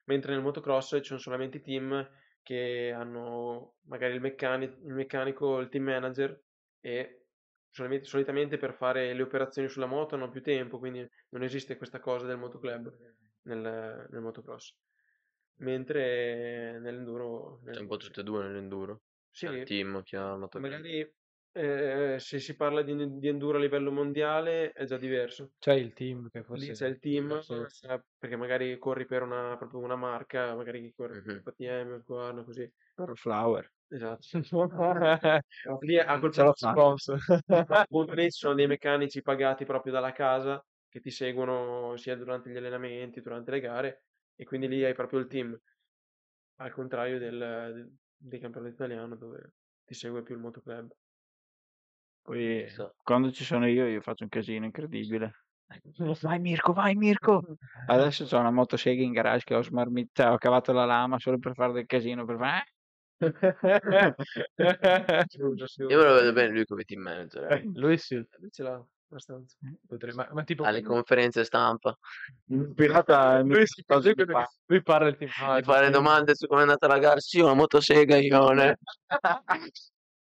D: Mentre nel motocross ci sono solamente i team che hanno magari il, meccani- il meccanico, il team manager e solamente- solitamente per fare le operazioni sulla moto hanno più tempo, quindi non esiste questa cosa del motoclub nel, nel motocross. Mentre nell'enduro...
A: c'è un
D: nel-
A: po' tutte e due nell'enduro,
D: Sì,
A: c'è il team Cioè, che ha il motoclub,
D: magari eh, se si parla di, di enduro a livello mondiale è già diverso.
C: c'è il team che
D: Lì
C: forse...
D: c'è il team,
C: forse-
D: eh, perché magari corri per una, proprio una marca, magari chi corre
A: Mhm.
D: per KTM, Guarda, così.
B: Per Flower.
D: Esatto.
C: Ce
D: Lì a quel punto,
C: l'ho sponsor.
D: appunto, lì ci sono dei meccanici pagati proprio dalla casa che ti seguono sia durante gli allenamenti, durante le gare e quindi lì hai proprio il team. al contrario del, del, del campionato italiano dove ti segue più il motoclub.
B: Poi
A: So.
B: quando ci sono io, io faccio un casino incredibile. Vai Mirko, vai Mirko. Adesso ho una motosega in garage che ho smarmita, cioè, ho cavato la lama solo per fare del casino, per eh. fare...
D: Scusa, scusa.
A: Io me lo vedo bene lui come team manager. eh.
C: Lui sì,
D: Lui ce l'ha abbastanza.
C: potrei- ma, ma tipo...
A: Alle conferenze stampa.
B: Il pirata è il mio
C: Lui, si-
B: cosa
C: lui-
B: che fa.
C: lui parla Ah, il team
A: Mi
C: manager,
A: fare
C: quindi-
A: domande su come è andata la gara. Sì, una motosega, Ione.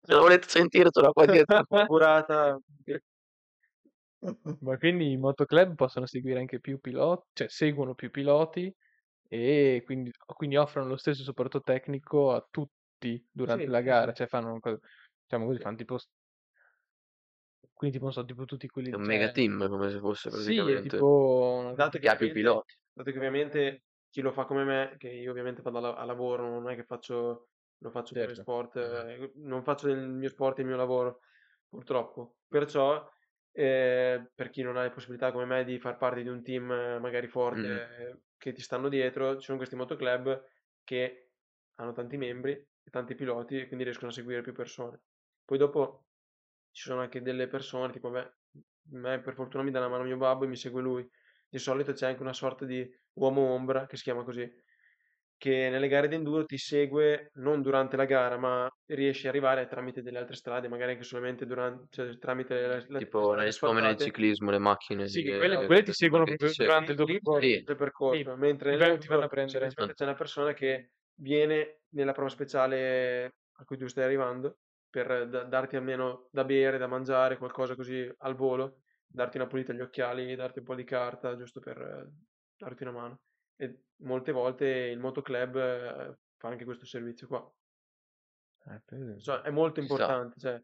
A: Se lo volete sentire, sono qua dietro.
D: Curata.
C: Ma quindi i motoclub possono seguire anche più piloti, cioè seguono più piloti e quindi, quindi offrono lo stesso supporto tecnico a tutti durante
D: Sì,
C: la
D: sì,
C: gara, cioè fanno una cosa- diciamo così, fanno tipo s- quindi tipo non so, tipo tutti quelli
A: È un
C: cioè-
A: mega team, come se fosse
C: Sì, è
A: praticamente.
C: tipo una-
D: Dato
A: Che
D: che,
A: ha più
D: ovviamente-
A: piloti.
D: dato che ovviamente chi lo fa come me, che io ovviamente vado a, la- a lavoro, non è che faccio, lo faccio come
C: Certo.
D: sport, eh, non faccio il mio sport il mio lavoro, purtroppo. Perciò, eh, per chi non ha le possibilità come me di far parte di un team eh, magari forte
A: Mm.
D: eh, che ti stanno dietro, ci sono questi motoclub che hanno tanti membri e tanti piloti e quindi riescono a seguire più persone. Poi dopo ci sono anche delle persone, tipo beh, me per fortuna mi dà una mano mio babbo e mi segue lui. Di solito c'è anche una sorta di uomo ombra, che si chiama così, che nelle gare di enduro ti segue non durante la gara, ma riesci ad arrivare tramite delle altre strade, magari anche solamente durante, cioè, tramite le, le- le
A: Tipo
D: strade
A: le sfomme del
D: asfaltate,
A: ciclismo, le macchine.
C: Sì,
A: le-
C: quelle,
A: le-
C: quelle ti seguono
A: eh, che ti
C: proprio
A: seguono.
C: durante il tuo
D: Lì-
C: percorso.
A: Sì.
D: del percorso,
C: Sì,
D: mentre
C: ti
D: nell'enduro
C: vengono a prendere.
D: semplicemente c'è una persona che viene nella prova speciale a cui tu stai arrivando per da- darti almeno da bere, da mangiare, qualcosa così al volo, darti una pulita agli occhiali, darti un po' di carta, giusto per eh, darti una mano. E molte volte il motoclub eh, fa anche questo servizio qua.
C: Eh,
D: Cioè, è molto
A: Ci sta.
D: importante, cioè,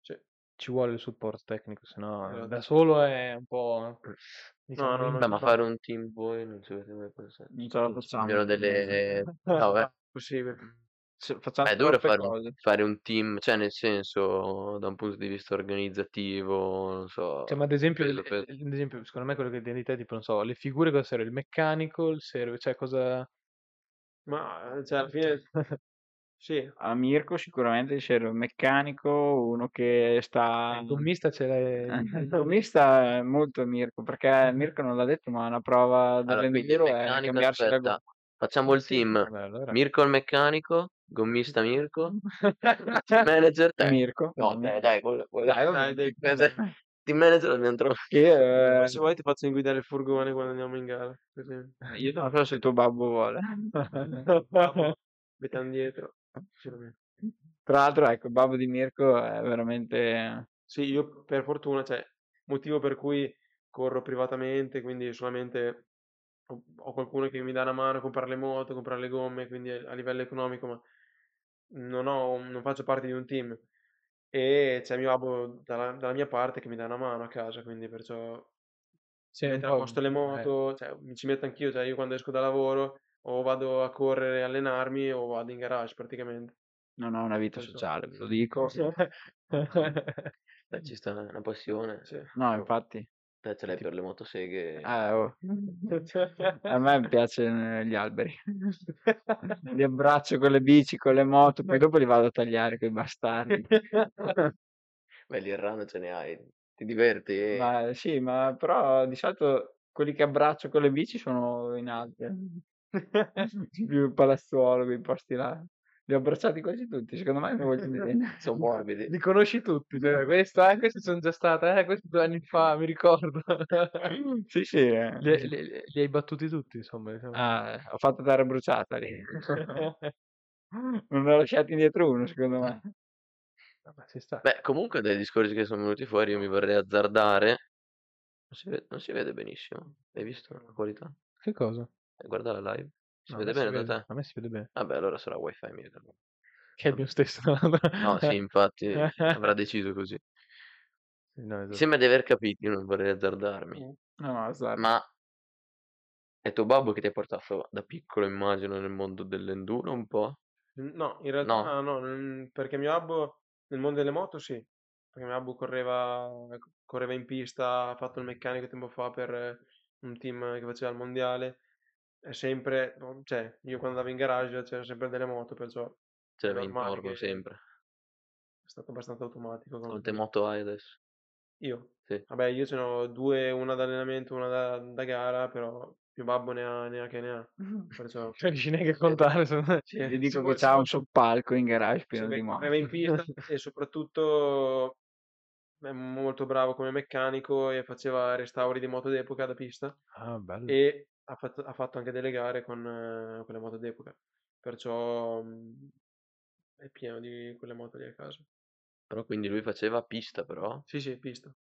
D: cioè,
C: Ci vuole il supporto tecnico, sennò
D: Esatto.
C: da solo è un po'... diciamo,
D: no, no,
A: Beh,
C: non-
A: ma fare un team voi non ci avete mai pensato.
B: Non ce la facciamo.
A: Ognuno delle... No, beh.
D: possibile.
B: Se- Facciamo
A: Beh, è duro
B: troppe
A: fare un,
B: cose.
A: fare un team, cioè nel senso, da un punto di vista organizzativo, non so.
C: Cioè, ma ad esempio,
A: quello
C: il-
A: per-
C: il- ad esempio, secondo me quello che viene di te, tipo, non so, le figure cosa serve? Il meccanico, il serve, cioè cosa...
D: Ma eh, cioè, alla fine sì,
B: A Mirko sicuramente c'era un meccanico, uno che sta...
C: Il gommista ce l'hai...
B: Ehm, Il gommista è molto Mirko, perché Mirko non l'ha detto, ma una prova
A: Allora, quindi il
B: dell'enduro è
A: meccanico,
B: cambiarsi la
A: aspetta, facciamo il team.
C: Beh, allora-
A: Mirko il meccanico, gommista Mirko,
B: gomma.
A: manager te.
B: Mirko. Eh.
A: No, dai, dai, quello, quello-
B: Dai,
D: dai,
B: vabbè.
A: Dai,
D: dai,
A: dai. team manager l'abbiamo trovato.
B: Che, eh,
D: Cioè, se vuoi ti faccio guidare il furgone quando andiamo in gara, per esempio.
B: io non so se tuo babbo vuole.
A: Ah,
D: mettiamo dietro. sicuramente.
B: Tra l'altro, ecco, il babbo di Mirko è veramente...
D: Sì, io per fortuna, cioè, motivo per cui corro privatamente, quindi solamente ho, ho qualcuno che mi dà una mano a comprare le moto, comprare le gomme, quindi a a livello economico, ma non ho, un- non faccio parte di un team. E c'è mio babbo dalla, dalla mia parte che mi dà una mano a casa, quindi perciò
C: Sì, un
D: mettere a
C: po',
D: posto le
C: eh,
D: moto, cioè, mi ci metto anch'io, cioè io quando esco da lavoro o vado a correre e allenarmi o vado in garage praticamente.
B: Non ha una vita
D: Questo-
B: sociale, ve lo dico.
A: Beh, ci sta una passione.
D: Sì.
B: No, infatti.
A: Te ce l'hai per le motoseghe.
B: Eh, oh. A me piacciono gli alberi. Li abbraccio con le bici, con le moto, poi dopo li vado a tagliare con i bastardi.
A: Beh, lì il rano ce ne hai. Ti diverti? eh.
B: Ma sì, ma però di solito quelli che abbraccio con le bici sono in alto. Più il palazzuolo, quei posti là. Li ho abbracciati quasi tutti, secondo me mi vogliono bene.
A: Sono morbidi.
C: Li conosci tutti, cioè, questo, eh, questi sono già stata, eh, questi due anni fa, mi ricordo.
B: Sì, sì. eh.
C: Li, li- li hai battuti tutti, insomma. diciamo.
B: Ah, ho fatto dare bruciata lì. Non ne ho lasciato indietro uno, secondo me.
C: Vabbè, ci sta.
A: Beh, comunque dai discorsi che sono venuti fuori io mi vorrei azzardare. Non si vede, non si vede benissimo. Hai visto la qualità?
C: Che cosa?
A: Eh, Guarda la live. Si
C: No, a
A: vede
C: me
A: bene da te?
C: A me si vede bene.
A: Vabbè, allora sarà wifi mio.
C: Che è il mio stesso.
A: No, sì, infatti avrà deciso così.
C: Eh. No, esatto. Eh.
A: Mi sembra di aver capito, io non vorrei azzardarmi.
B: No, no, Zarco.
A: Ma è tuo babbo che ti ha portato da piccolo, immagino, nel mondo dell'enduro un po'?
D: No, in realtà no, non- perché mio babbo nel mondo delle moto sì, perché mio babbo correva, ecco, correva in pista, ha fatto il meccanico tempo fa per eh, un team che faceva il mondiale, è sempre, cioè, io quando andavo in garage c'erano sempre delle moto, perciò è
A: Cioè,
D: È
A: mi
D: normale
A: intorgo
D: che-
A: sempre.
D: stato abbastanza automatico. come-
A: Quante moto hai adesso?
D: Io?
A: Sì.
D: Vabbè, io ce n'ho due, una da allenamento, una da, da gara, però più babbo ne ha, ne ha che ne ha. Perciò
B: Cioè,
C: Non riesci neanche a contare. secondo me.
D: Sì,
B: Gli
D: si
B: dico
D: può-
B: che
D: si
B: c'ha
D: può-
B: un soppalco in garage pieno
D: Sì,
B: di
D: beh,
B: moto.
D: breve in pista e soprattutto è molto bravo come meccanico e faceva restauri di moto d'epoca da pista
E: Ah, bello.
D: e ha fatto, ha fatto anche delle gare con, eh, con le moto d'epoca. Perciò mm, è pieno di quelle moto lì a caso.
A: Però quindi lui faceva pista, però.
D: Sì, sì, pista.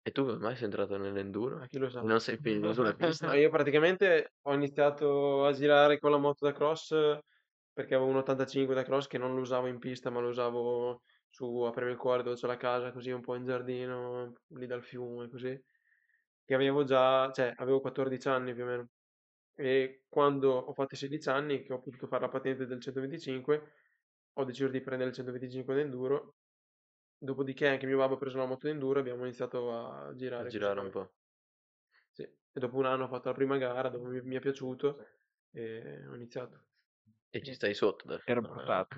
A: E tu come mai sei entrato
C: Eh,
A: nell'enduro?
D: Ma chi lo sa?
A: E non sei finito sulla pista?
D: No, io praticamente ho iniziato a girare con la moto da cross eh, perché avevo un 85 da cross che non lo usavo in pista, ma lo usavo su a Premio il Cuore dove c'è la casa, così un po' in giardino, lì dal fiume, così. Che avevo già, cioè, avevo 14 anni più o meno. E quando ho fatto i 16 anni, che ho potuto fare la patente del 125, ho deciso di prendere il 125 d'enduro. Dopodiché anche mio babbo ha preso la moto d'enduro e abbiamo iniziato a girare.
A: A
D: così
A: girare
D: come-
A: un po'.
D: sì, e dopo un anno ho fatto la prima gara dove mi, mi è piaciuto e ho iniziato.
A: E ci stai sotto adesso.
B: Era
A: no?
B: portato.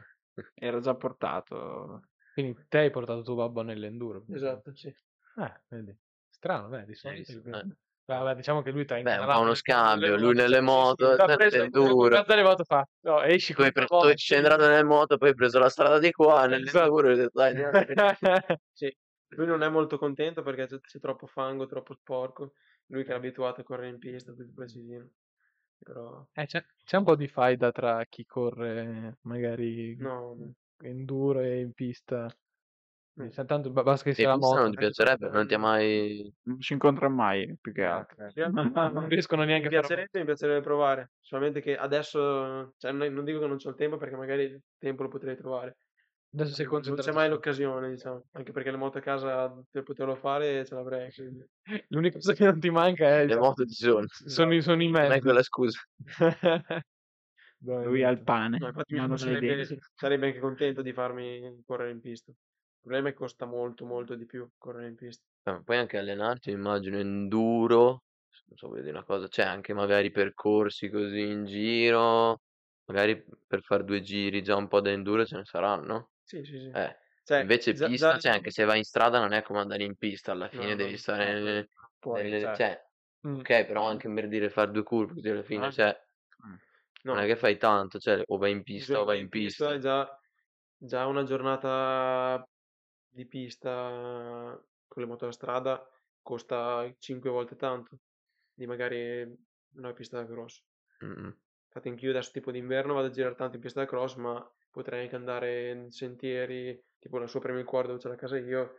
B: Era già portato.
C: Quindi te hai portato tuo babbo nell'enduro.
D: Esatto, sì.
C: Eh, vedi. Strano, beh, di solito-
A: Bellissimo, eh.
C: Beh, vabbè, diciamo che lui ti ha
A: Beh, un
C: incanalato
A: po' uno
C: nel-
A: scambio, lui nelle moto,
C: Sì, sì, T'ha
A: te-
C: preso,
A: duro.
C: t'ha arrivato fa. No, esci
A: Tu hai
C: con
A: pre-
C: la
A: tu
C: moto.
A: sei entrato nel moto, poi hai preso la strada di qua,
C: Esatto.
A: nell'enduro, e hai detto, dai, andiamo.
D: Sì. Lui non è molto contento perché c'è, c'è troppo fango, troppo sporco. Lui che è abituato a correre in pista, tutto precisino. Però
C: Eh, c'è, c'è un po' di faida tra chi corre magari
D: no, no.
C: enduro e in pista.
D: Mm.
C: Cioè, tanto ba- basta che
A: E
C: sia la
A: tu, se
C: moto. eh. Esatto.
A: non ti piacerebbe, non ti ha mai...
B: Non ci incontra mai più che altro.
D: In realtà
C: Non riescono neanche
D: mi
C: a fare...
D: piacerebbe, mi piacerebbe provare. Solamente che adesso, cioè, non non dico che non c'ho il tempo perché magari il tempo lo potrei trovare.
C: Adesso sei
D: Non c'è
C: concentrato.
D: mai
C: su-
D: l'occasione, diciamo. Anche perché le moto a casa per poterlo fare ce l'avrei. quindi.
C: L'unica cosa che non ti manca è...
A: Le moto ci sono.
C: sono, i- sono i
A: Non è
C: mezzi.
A: quella scusa.
C: Dai,
B: Lui ha il
C: dai.
B: pane.
D: No, infatti
B: non
D: mi
B: lo
D: sarebbe,
B: vede.
D: sarebbe anche contento di farmi correre in pista. Il problema è che costa molto, molto di più correre in pista.
A: Ah, Puoi anche allenarti, immagino, enduro, non so, vedi una cosa, c'è anche magari percorsi così in giro, magari per fare due giri già un po' da enduro ce ne saranno.
D: Sì, sì, sì.
A: Eh,
D: Cioè,
A: invece
D: già-
A: pista,
D: già-
A: cioè anche se vai in strada non è come andare in pista, alla fine
D: no,
A: devi
D: no,
A: stare
D: no,
A: nelle-
B: Puoi,
A: nelle-
B: cioè,
A: cioè,
C: Mm.
A: ok, però anche per dire fare due curve, così alla fine,
D: Ah,
A: cioè,
D: no,
A: non è che fai tanto, cioè, o vai in pista
D: bisogna
A: o vai
D: andare
A: in pista.
D: è Già, già una giornata di pista con le moto da strada costa 5 volte tanto di magari una pista da cross.
A: Mm, mm.
D: Infatti anch'io adesso tipo d'inverno vado a girare tanto in pista da cross, ma potrei anche andare in sentieri, tipo la sua premio il cuore dove c'è la casa io,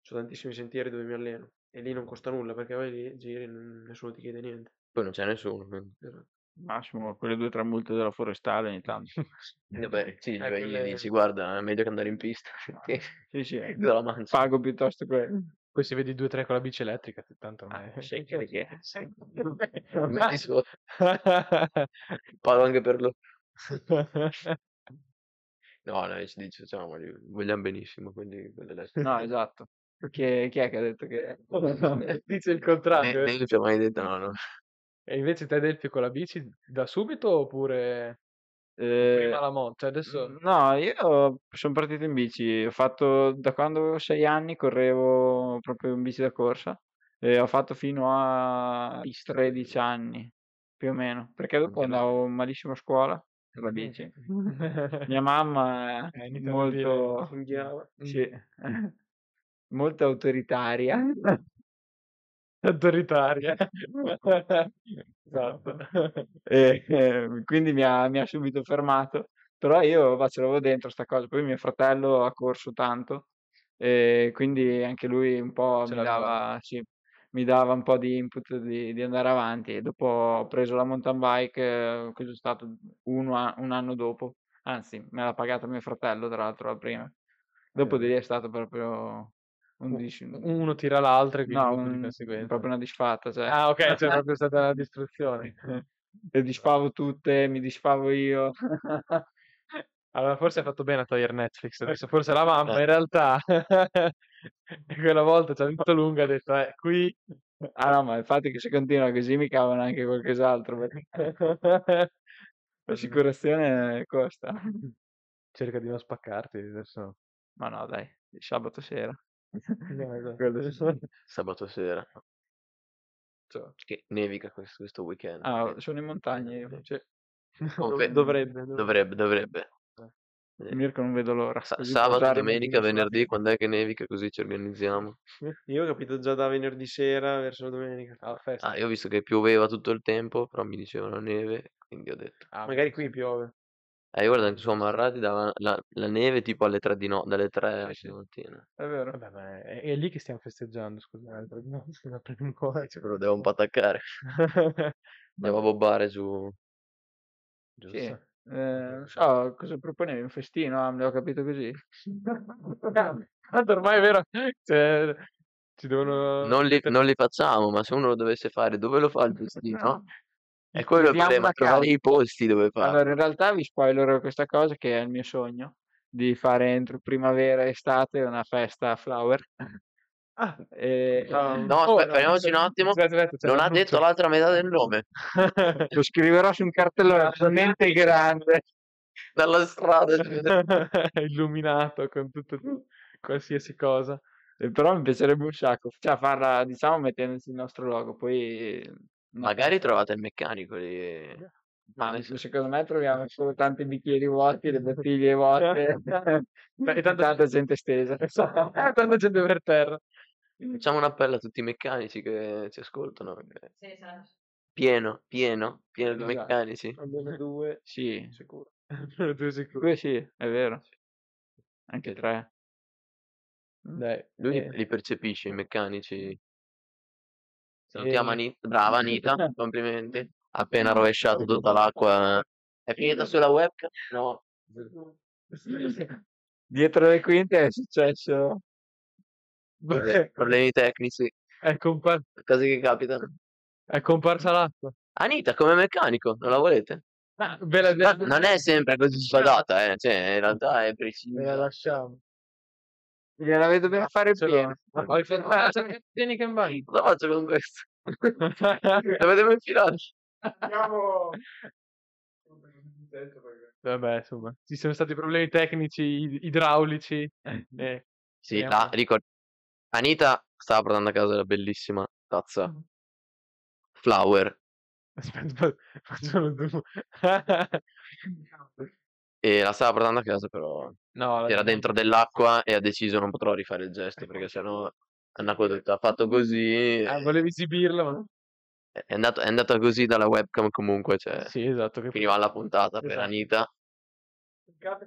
D: ci sono tantissimi sentieri dove mi alleno. E lì non costa nulla perché vai lì, giri, n- nessuno ti chiede niente.
A: Poi non c'è nessuno, quindi.
D: Esatto.
B: Massimo, quelle due o tre multe della forestale ogni tanto.
A: Vabbè, sì, cioè,
D: Eh,
A: gli
D: quelle- Ah.
A: dici, guarda, è meglio che andare in pista, perché
B: Sì, sì, eh,
A: te la mangi.
B: pago piuttosto quello.
C: Poi si vedi due o tre con la bici elettrica, t- tanto
D: Ah,
C: non è-
B: Perché?
A: Ma- Pago anche per loro. No, no, ci dice, diciamo, voglio- vogliamo benissimo, quindi quelle là-
B: No, esatto. Chi, chi è che ha detto che...
C: Dice il
A: Ne-
C: contrario. eh.
A: Nelly ci ha mai detto no, no.
C: E invece te Delfi con la bici da subito oppure
B: Eh,
C: prima la moto? Cioè adesso
B: No, io sono partito in bici, ho fatto da quando avevo sei anni correvo proprio in bici da corsa e ho fatto fino a 13 anni più o meno, perché dopo
A: Anche noi.
B: andavo malissimo a scuola con la bici. Mia mamma
C: Eh,
B: Ah, è
C: iniziano a Mm. dire-
B: molto,
D: Unghiava.
B: sì, molto autoritaria.
C: autoritaria. Esatto.
B: E, eh, quindi mi ha, mi ha subito fermato. Però io va, ce l'avevo dentro sta cosa. Poi mio fratello ha corso tanto, e quindi anche lui un po'
C: Ce
B: mi
C: l'aveva.
B: dava, sì, mi dava un po' di input di, di andare avanti. E dopo ho preso la mountain bike, eh, che è stato uno a- un anno dopo. Anzi, me l'ha pagata mio fratello, tra l'altro, la prima. Dopo di
C: Certo.
B: lì è stato proprio un, dis-
C: Uno tira l'altro e quindi
B: no,
C: dopo di
B: un-
C: conseguenza.
B: proprio una disfatta. Cioè.
C: Ah, ok, c'è proprio stata la distruzione.
B: Le disfavo tutte, mi disfavo io.
C: Allora, forse hai fatto bene a togliere Netflix. Adesso forse la mamma in realtà quella volta ci ha vinto lunga ha detto, eh, qui
B: Ah no, ma il fatto è che se continua così mi cavano anche qualcos'altro, perché l'assicurazione costa.
C: Cerca di non spaccarti adesso.
B: Ma no, dai, il sabato sera.
C: Quello sì.
A: Sabato sera.
C: Cioè,
A: Che nevica questo, questo weekend.
B: Ah,
A: quindi-
B: sono in montagna io.
C: cioè,
A: Oh,
D: dov-
A: beh,
D: dovrebbe,
A: Dovrebbe, dovrebbe. Eh,
B: Mirko non vedo l'ora.
A: sa-
B: così
A: sabato,
B: portare i
A: domenica,
B: bambini sulla
A: venerdì, quando è che nevica così ci organizziamo.
D: Io ho capito già da venerdì sera verso la domenica.
C: alla festa.
A: Ah, io ho visto che pioveva tutto il tempo, però mi dicevano neve, quindi ho detto.
C: Ah,
D: Magari qui piove.
A: Eh, io guarda, anche su Amarrati dava la, la neve tipo alle 3 di no, dalle 3 alle
C: sì.
A: 6 di mattina.
B: È vero.
C: Vabbè, ma è, è lì che stiamo festeggiando, scusate. No, scusa, eh, prima un po'.
A: Cioè, però devo un po' attaccare. Andiamo a bobbare giù.
B: Sì.
A: Giusto?
B: Eh, non so, cosa proponevi? Un festino? Ah, me l'ho capito così.
C: Tanto Ah, ormai è vero. Cioè, ci devono...
A: Non li, non li facciamo, ma se uno lo dovesse fare, dove lo fa il destino? È quello il
B: Chiediamo
A: problema,
B: una
A: trovare
B: casa.
A: i posti dove farlo.
B: Allora, in realtà vi spoilerò questa cosa che è il mio sogno di fare entro primavera e estate una festa a flower.
C: Ah,
B: E- eh,
A: Oh, No, aspetta, fermiamoci un attimo. Non ha detto l'altra metà del nome.
B: Lo scriverò su un cartellone veramente grande.
A: Dalla strada. ci vede-
C: illuminato con tutto qualsiasi cosa.
B: Eh, Però mi piacerebbe un sacco. Cioè, farla, diciamo, mettendoci il nostro logo. Poi. eh, no.
A: Magari trovate il meccanico lì.
B: Ma
A: adesso-
B: secondo me troviamo solo tanti bicchieri vuoti, le bottiglie vuote e
C: tanto-
B: tanta gente stesa.
C: Ah, Tanta gente per terra.
A: Facciamo un appello a tutti i meccanici che ci ascoltano. perché-
E: Sì, esatto.
A: Pieno, pieno, pieno di
B: Esatto.
A: meccanici.
D: Almeno due,
B: Sì,
D: sicuro.
C: Almeno due sicuri.
B: due sì, è vero. Anche tre.
C: Dai,
A: Lui
C: eh,
A: li percepisce, i meccanici.
C: eh,
A: Salutiamo Anita. Brava Anita, complimenti. Appena rovesciato tutta l'acqua. eh. È finita sulla webcam? No.
B: Dietro le quinte è successo.
A: Vabbè, Problemi tecnici,
C: è, compar-
A: cose che capitano.
C: è comparsa l'acqua.
A: Anita, come meccanico, non la volete?
C: Ma ve la,
A: Ma Non è sempre così sfadata, eh. cioè, in realtà è
C: ve la
A: precisa.
C: lasciamo.
B: Gliel'avete dovuta fare
C: Ce
B: piena.
C: l'ho. Poi fermata, tieni che in bagno.
A: Cosa faccio con questo? Dove devo infilare?
C: Vabbè, insomma, ci sono stati problemi tecnici, id- idraulici. eh,
A: Sì,
C: Andiamo.
A: ah, ricor- Anita stava portando a casa la bellissima tazza Flower
C: Aspetta, fa- facciamo il zoom.
A: e la stava portando a casa però
C: no, la-
A: era dentro dell'acqua e ha deciso non potrò rifare il gesto perché sennò Anacodotto ha fatto così
C: Ah, volevi esibirla, ma...
A: è andato- è andata così dalla webcam comunque cioè,
C: Sì, esatto. Che...
A: finiva la puntata per
C: Esatto.
A: Anita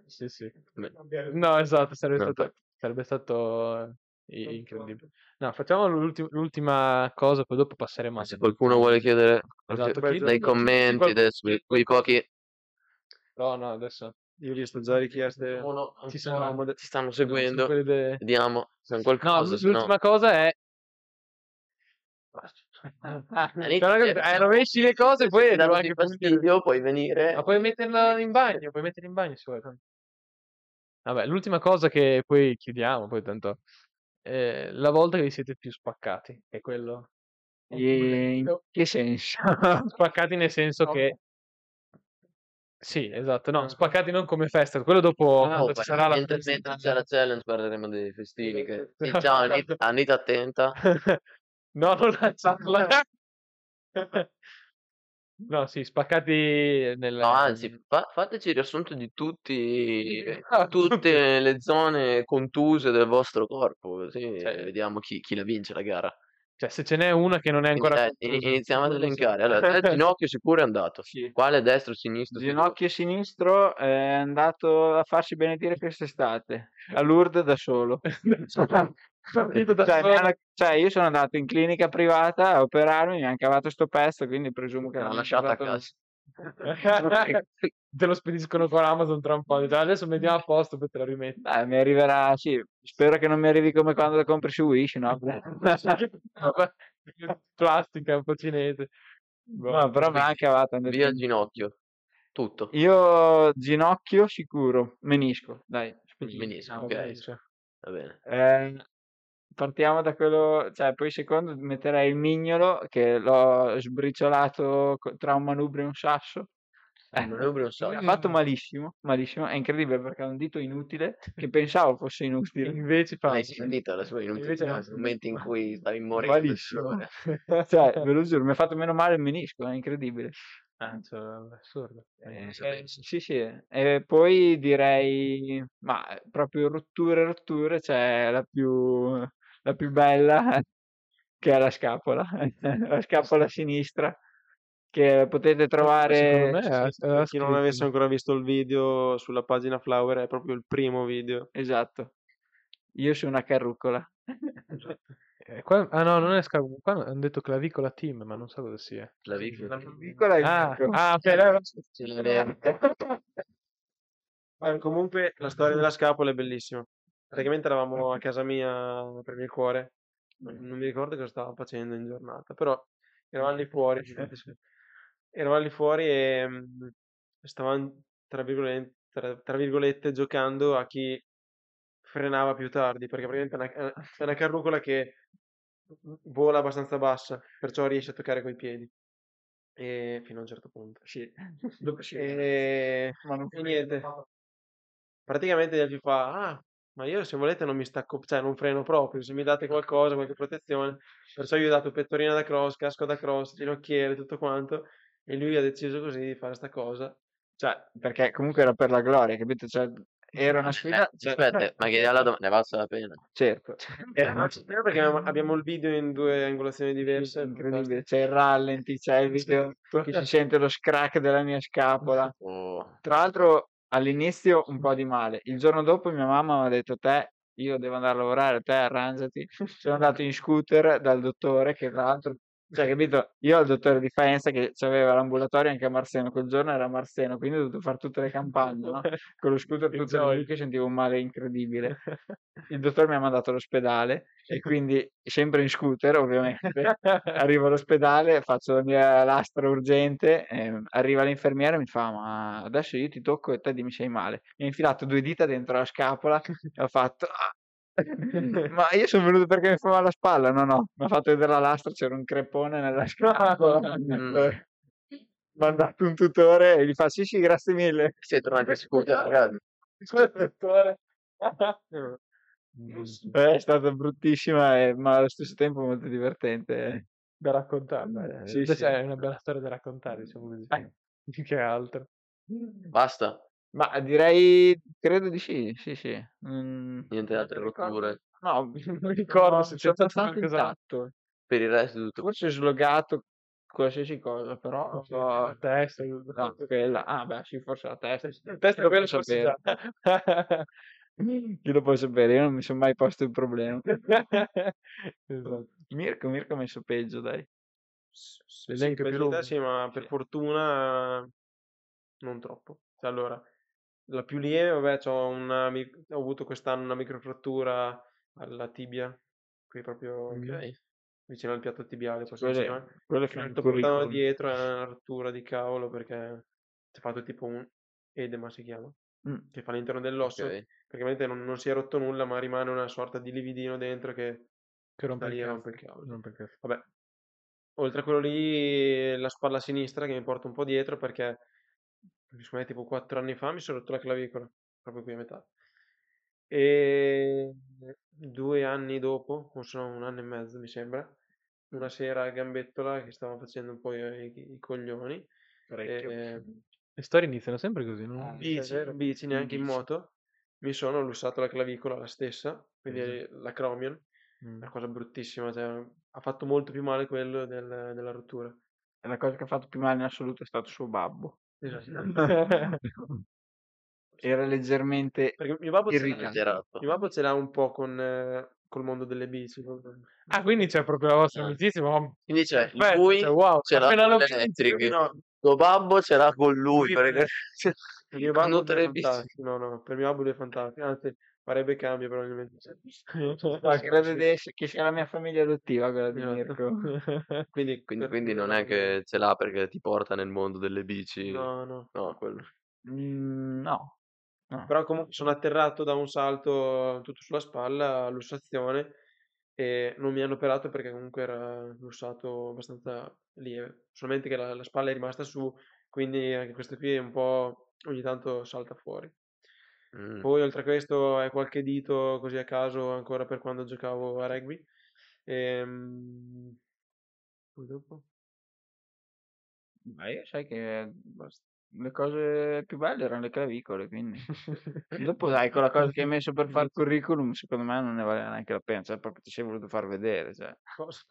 C: Sì, sì.
A: Beh.
C: No, esatto, sarebbe
A: No,
C: stato, sarebbe stato eh, i- incredibile. No, facciamo l'ulti- l'ultima cosa, poi dopo passeremo
A: ma
C: a...
A: se qualcuno vuole chiedere
C: Esatto,
A: qualche-
C: chi-
A: dai
C: chi-
A: commenti
C: chi-
A: adesso
C: chi-
A: quei pochi
C: No, no, adesso...
D: Io gli sto già richieste.
A: uno,
C: Ci sono-
A: ancora, ci stanno
C: sono
A: seguendo
C: quelle de-
A: vediamo se hanno
C: No,
A: qualcosa se no-
C: l'ultima cosa è...
A: Anita,
C: Però,
A: certo.
C: eh, rovesci le cose,
A: Se
C: poi
A: ti dà
C: devo
A: così
C: anche
A: fastidio, puoi venire.
C: Ma puoi metterla in bagno, puoi metterla in bagno se vuoi. Vabbè, l'ultima cosa che poi chiudiamo, poi tanto... eh, la volta che vi siete più spaccati, è quello...
B: E in che senso?
C: spaccati nel senso che sì esatto no spaccati non come festa quello dopo
A: Oh,
C: quando ci sarà la
A: Ah. mentre,
C: festa.
A: mentre c'è la challenge parleremo dei festini. Che... Sì,
C: Esatto.
A: ciao Anita, Anita, attenta.
C: no non lanciarla no sì spaccati nel
A: No, anzi, fa- fateci il riassunto di tutti, eh,
C: Ah, tutti.
A: tutte le zone contuse del vostro corpo, così
C: Cioè-
A: vediamo chi, chi la vince la gara.
C: cioè se ce n'è una che non è ancora
A: Eh, in-
C: conclusa,
A: iniziamo ad
C: non lo so.
A: elencare. Allora, il ginocchio sicuro è andato.
B: Sì.
A: Quale destro, sinistro?
B: Ginocchio sinistro è andato a farsi benedire quest'estate a Lourdes da solo.
C: Partito da
B: Cioè, mi
C: solo.
B: hanno- cioè, io sono andato in clinica privata a operarmi, mi hanno cavato sto pezzo, quindi presumo che
A: L'ha
B: l'hanno
A: lasciata a
B: cavato-
A: casa.
C: te lo spediscono con Amazon tra un po' Dice, "Ah, adesso mettiamo a posto poi te lo rimetto
B: Beh, mi arriverà, sì, spero che non mi arrivi come quando lo compri su Wish, no?
C: plastica un po' cinese Boh.
B: No, però mi hanno cavato. hanno detto-
A: Via il ginocchio. Tutto.
B: Io ginocchio sicuro, menisco, dai.
A: Menisco,
C: Ah,
A: ok.
C: ok, cioè.
A: Va bene.
B: Eh, partiamo da quello, cioè poi secondo metterei il mignolo che l'ho sbriciolato co- tra un manubrio e un sasso. Eh,
A: Un manubrio e un
B: Ha
A: sasso.
B: fatto malissimo, malissimo, è incredibile perché è un dito inutile che pensavo fosse inutile.
C: Invece fa...
A: Hai sentito la sua
C: eh. Invece
A: inutilità
C: no.
A: nel momento in cui stavi morendo di
B: Malissimo.
A: dolore.
B: Cioè, ve lo giuro, mi ha fatto meno male il menisco, è incredibile.
C: Ah, cioè, assurdo.
A: Eh,
B: Eh,
A: sapersi.
B: sì, sì. E poi direi, ma eh, proprio rotture, rotture, c'è la più, la più bella che è la scapola, la scapola sinistra, che potete
C: secondo
B: trovare.
C: me
B: sì,
C: è-
B: sì,
C: è la
B: sì,
D: Per Eh, chi non avesse ancora visto il video sulla pagina Flower, è proprio il primo video.
B: Esatto. Io sono una carrucola.
C: Eh, qua- ah no, non è scarpa. Qua hanno detto clavicola team, ma non so cosa sia.
A: La vicola.
B: Carrucola è il
C: Ah,
B: buco.
C: ah, ok. allora-
A: Ce l'aveva.
D: Ma ehm, comunque la storia della scapola è bellissima. Praticamente eravamo a casa mia per il cuore, non non mi ricordo cosa stavo facendo in giornata, però eravamo lì fuori, eravamo lì fuori e mm, stavamo, tra virgolette, tra- tra virgolette, giocando a chi frenava più tardi, perché praticamente è una, è una carrucola che vola abbastanza bassa, perciò riesce a toccare coi piedi. E fino a un certo punto.
B: Sì. Dopo sì.
D: E,
B: Ma non
D: e niente. Praticamente gli altri fa, ah, ma io se volete non mi stacco, cioè non freno proprio, se mi date qualcosa, qualche protezione. Perciò io ho dato pettorina da cross, casco da cross, ginocchiere, tutto quanto. E lui ha deciso così di fare sta cosa. Cioè,
B: Perché comunque era per la gloria, capito? Cioè, era una
A: Eh,
B: sfida. cioè,
A: aspetta, ma che la domanda, ne è valsa la pena?
B: Certo.
D: era una sfida perché abbiamo, abbiamo il video in due angolazioni diverse.
B: incredibile. C'è il rallenti, c'è il video
D: eh
B: che si sente lo scrack della mia scapola.
A: Oh,
B: Tra l'altro, all'inizio un po' di male. Il giorno dopo mia mamma mi ha detto: Te, io devo andare a lavorare, te arrangiati. Sono andato in scooter dal dottore, che tra l'altro, cioè, capito? Io al dottore di Faenza che aveva l'ambulatorio anche a Marseno. Quel giorno era a Marseno, quindi ho dovuto fare tutte le campagne, no? Con lo scooter tutto il
C: Enjoy.
B: lì che sentivo un male incredibile il dottore mi ha mandato all'ospedale e quindi sempre in scooter ovviamente arrivo all'ospedale faccio la mia lastra urgente ehm, arriva l'infermiera e mi fa ma adesso io ti tocco e te dimmi se hai male mi ha infilato due dita dentro la scapola e ho fatto "Ah!" ma io sono venuto perché mi fa male la spalla no no mi ha fatto vedere la lastra c'era un creppone nella scapola
A: Mm.
B: mi ha mandato un tutore e gli fa sì sì grazie mille
A: siete tornati a scooter, ragazzi.
D: Mm.
B: Eh, è stata bruttissima eh, ma allo stesso tempo molto divertente eh.
C: da
D: eh.
C: raccontare.
B: Sì,
C: Cioè,
B: sì.
C: È una bella storia da raccontare, diciamo così. Più che altro.
A: Basta,
B: Ma direi, credo di sì, sì, sì. Mm,
A: niente altre rotture.
B: no,
C: Non ricordo se c'è
B: sono
C: stato
B: stato
C: qualcosa.
B: intatto.
A: Per il resto tutto.
B: Forse ho slogato qualsiasi cosa, però non so...
C: La testa.
B: No, quella... Ah, beh, sì, forse la testa.
C: La testa
B: Chi
C: è
B: lo
C: quella
B: può
C: forse
B: sapere?
C: già.
B: Chi lo può sapere? Io non mi sono mai posto il problema.
C: Esatto.
B: Mirko, Mirko ha messo peggio, dai.
D: Sì,
C: L'elenco è più
D: per
C: lungo.
D: carità, sì, ma per fortuna non troppo. Cioè, allora, la più lieve, vabbè, c'ho una mi- ho avuto quest'anno una microfrattura alla tibia, qui proprio
A: Ok.
D: vicino al piatto tibiale, poi
B: Quello è-
D: insieme.
B: Quello è
D: Mi sto
B: finito
D: portando dietro è una rottura di cavolo perché si è fatto tipo un edema, si chiama,
B: Mm.
D: che fa all'interno dell'osso,
A: Ok.
D: perché ovviamente non, non si è rotto nulla, ma rimane una sorta di lividino dentro che
C: Che rompe
D: da
C: il
D: lì
C: cazzo.
D: rompe il cavolo.
C: Rompe il cazzo.
D: Vabbè, oltre a quello lì, la spalla sinistra che mi porto un po' dietro perché, mi sono tipo 4 anni fa, mi sono rotto la clavicola, proprio qui a metà. E due anni dopo, o sono un anno e mezzo mi sembra, una sera a Gambettola che stavo facendo un po' i, i coglioni,
A: Ehm,
D: eh,
C: Le storie iniziano sempre così, non
B: Ah,
D: bici,
B: sì, è vero.
D: in bici,
B: In
D: neanche in
B: bici.
D: moto, mi sono lussato la clavicola la stessa, quindi
C: Pensa.
D: la Chromion,
C: Mm.
D: una cosa bruttissima, cioè, ha fatto molto più male quello del- della rottura.
B: La cosa che ha fatto più male in assoluto è stato suo babbo.
D: Esatto,
B: Era leggermente...
D: Perché mio babbo, ce l'ha,
B: Irritato.
A: Esagerato.
D: mio babbo ce l'ha un po' con, eh, col mondo delle bici. con-
C: Ah, quindi c'è proprio la vostra
A: Ah.
C: amicizia, ma
A: Quindi c'è
C: Perfetto,
A: lui,
C: cioè, wow,
A: c'era
C: appena lo
A: l'electric.
C: pensi,
D: No,
A: tuo babbo ce l'ha con lui. cioè,
D: Lui-
A: perché-
D: per mio
A: Con
D: babbo
A: tutte
D: lui è
A: le bici.
D: fantastico, no, no, per mio babbo lui è fantastico, anzi farebbe cambio probabilmente.
A: Cioè,
B: Ma credo di essere- che sia la mia famiglia adottiva quella di
D: Ah, Esatto.
B: Mirko.
A: Quindi,
D: Quindi, per-
A: quindi non è che ce l'ha perché ti porta nel mondo delle bici.
D: No, no.
A: No, quello.
B: Mm, no. No.
D: eh, Però comunque sono atterrato da un salto tutto sulla spalla, lussazione, e non mi hanno operato perché comunque era un lussato abbastanza lieve, solamente che la, la spalla è rimasta su, quindi anche questo qui è un po' ogni tanto salta fuori.
A: Mm.
D: Poi oltre a questo è qualche dito così a caso ancora per quando giocavo a rugby. Ehm, Poi dopo?
B: Ma io sai che bast- le cose più belle erano le clavicole, quindi... Dopo dai, con la cosa che hai messo per fare il curriculum, secondo me non ne valeva neanche la pena, cioè proprio ti sei voluto far vedere, cioè.
D: Cosa?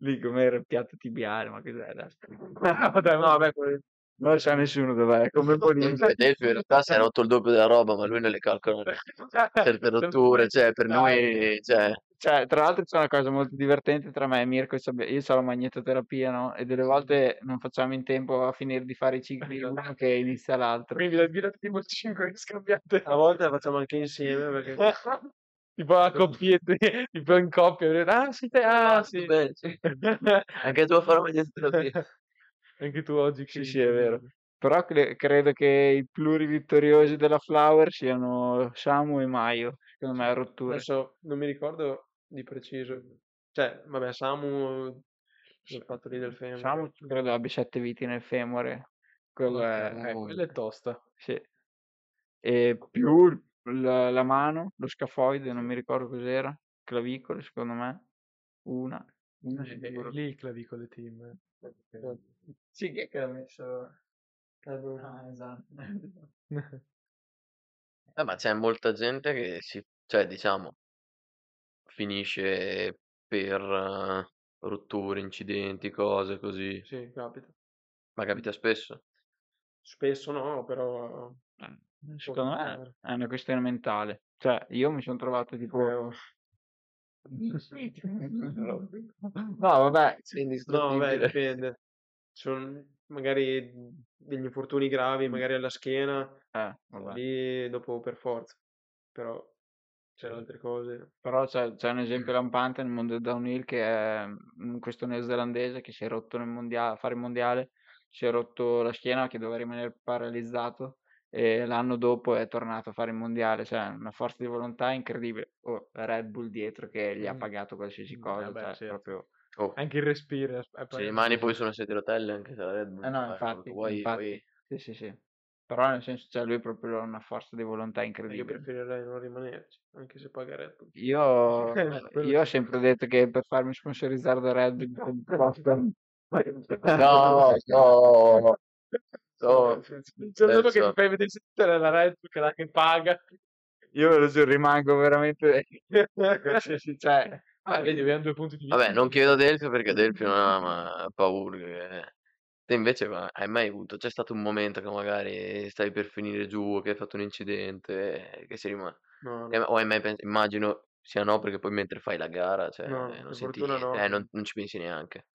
B: Lì com'era il piatto tibiale, ma cos'è adesso?
D: Ah, vabbè, no, vabbè, quello-
B: Non lo sa nessuno dov'è, come può dire.
A: Delfio in realtà si è rotto il doppio della roba, ma lui non le
D: Eh,
A: calcola
D: Cioè,
A: per, per rotture, cioè per noi, cioè,
B: Cioè, tra l'altro c'è una cosa molto divertente tra me e Mirko, cioè, beh, io ho la magnetoterapia, no? E delle volte non facciamo in tempo a finire di fare i cicli di uno che inizia l'altro. Ah,
C: Quindi la birra tipo 5 che scambiate.
D: A volte la facciamo anche insieme perché...
C: tipo la coppietta, tipo in coppia. Ah, sì, te, ah, sì.
A: Beh, sì. anche tu a fare magnetoterapia.
C: Anche tu oggi.
B: Sì,
C: quindi.
B: sì, è vero. Però cre- credo che i plurivittoriosi della Flower siano Samu e Maio, secondo me, a rotture.
D: Adesso non mi ricordo di preciso. Cioè, vabbè, Samu... Il fatto lì del femore.
B: Samu credo abbia sette viti nel femore. Quello è... ecco.
C: Eh,
A: Oh.
C: quella è tosta.
B: Sì. E più il- la, la mano, lo scafoide, non mi ricordo cos'era, clavicole secondo me, una. una
C: Eh,
B: sicuro.
C: lì il clavicolo team. eh.
B: Sì, chi è che l'ha messo?
D: Allora,
B: Ah, esatto.
A: Eh, ma c'è molta gente che si, cioè, diciamo, finisce per eh, rotture, incidenti, cose così.
D: Sì, capita.
A: Ma capita spesso.
D: Spesso no, però...
B: Secondo me è una questione mentale. Cioè, io mi sono trovato tipo... No, vabbè,
A: Sei
D: No, beh,
A: indistruttibile.
D: dipende. Ci sono magari degli infortuni gravi, magari alla schiena,
B: eh, Mm. vabbè.
D: lì dopo per forza. Però c'è altre cose.
B: Però c'è, c'è un esempio lampante nel mondo del downhill che è mm, questo neozelandese che si è rotto nel mondiale, a fare il mondiale, si è rotto la schiena che doveva rimanere paralizzato e l'anno dopo è tornato a fare il mondiale, cioè una forza di volontà incredibile. Oh, Red Bull dietro che gli ha
C: Mm.
B: pagato qualsiasi
C: Mm,
B: cosa,
C: vabbè,
B: cioè,
C: certo.
B: proprio...
A: Oh,
C: Anche il respiro. è- è
A: se
C: pagato.
A: rimani poi sulla sedia a rotelle anche se la Red Bull
B: Eh no,
A: fa quello
B: infatti,
A: che vuoi,
B: infatti.
A: poi-
B: Sì, sì, sì. Però nel senso, cioè, lui proprio ha una forza di volontà
D: Io
B: incredibile.
D: preferirei non rimanerci, anche se paga Red Bull.
B: Io,
D: Quello
B: Oh, io ho
D: sì.
B: sempre detto che per farmi sponsorizzare da Red Bull costa-
A: No, no,
B: oh.
A: no.
C: Il giorno
A: Adesso-
C: che mi fai vedere tutta la Red Bull che è la che paga.
B: Io ve lo giuro, rimango veramente. Sì, sì, cioè,
C: Ah, vedi, abbiamo due punti di vista.
A: Vabbè, non chiedo a Delfio perché Delfio non ha ma- paura. che- Te invece ma- hai mai avuto? C'è stato un momento che magari stai per finire giù, che hai fatto un incidente, eh, che sei rimasto.
D: No, no.
A: eh, O hai mai pensato? Immagino sia no, perché poi mentre fai la gara, cioè,
D: No,
A: eh, non
D: per
A: senti
D: fortuna
A: niente,
D: no.
A: eh, non, non ci pensi neanche.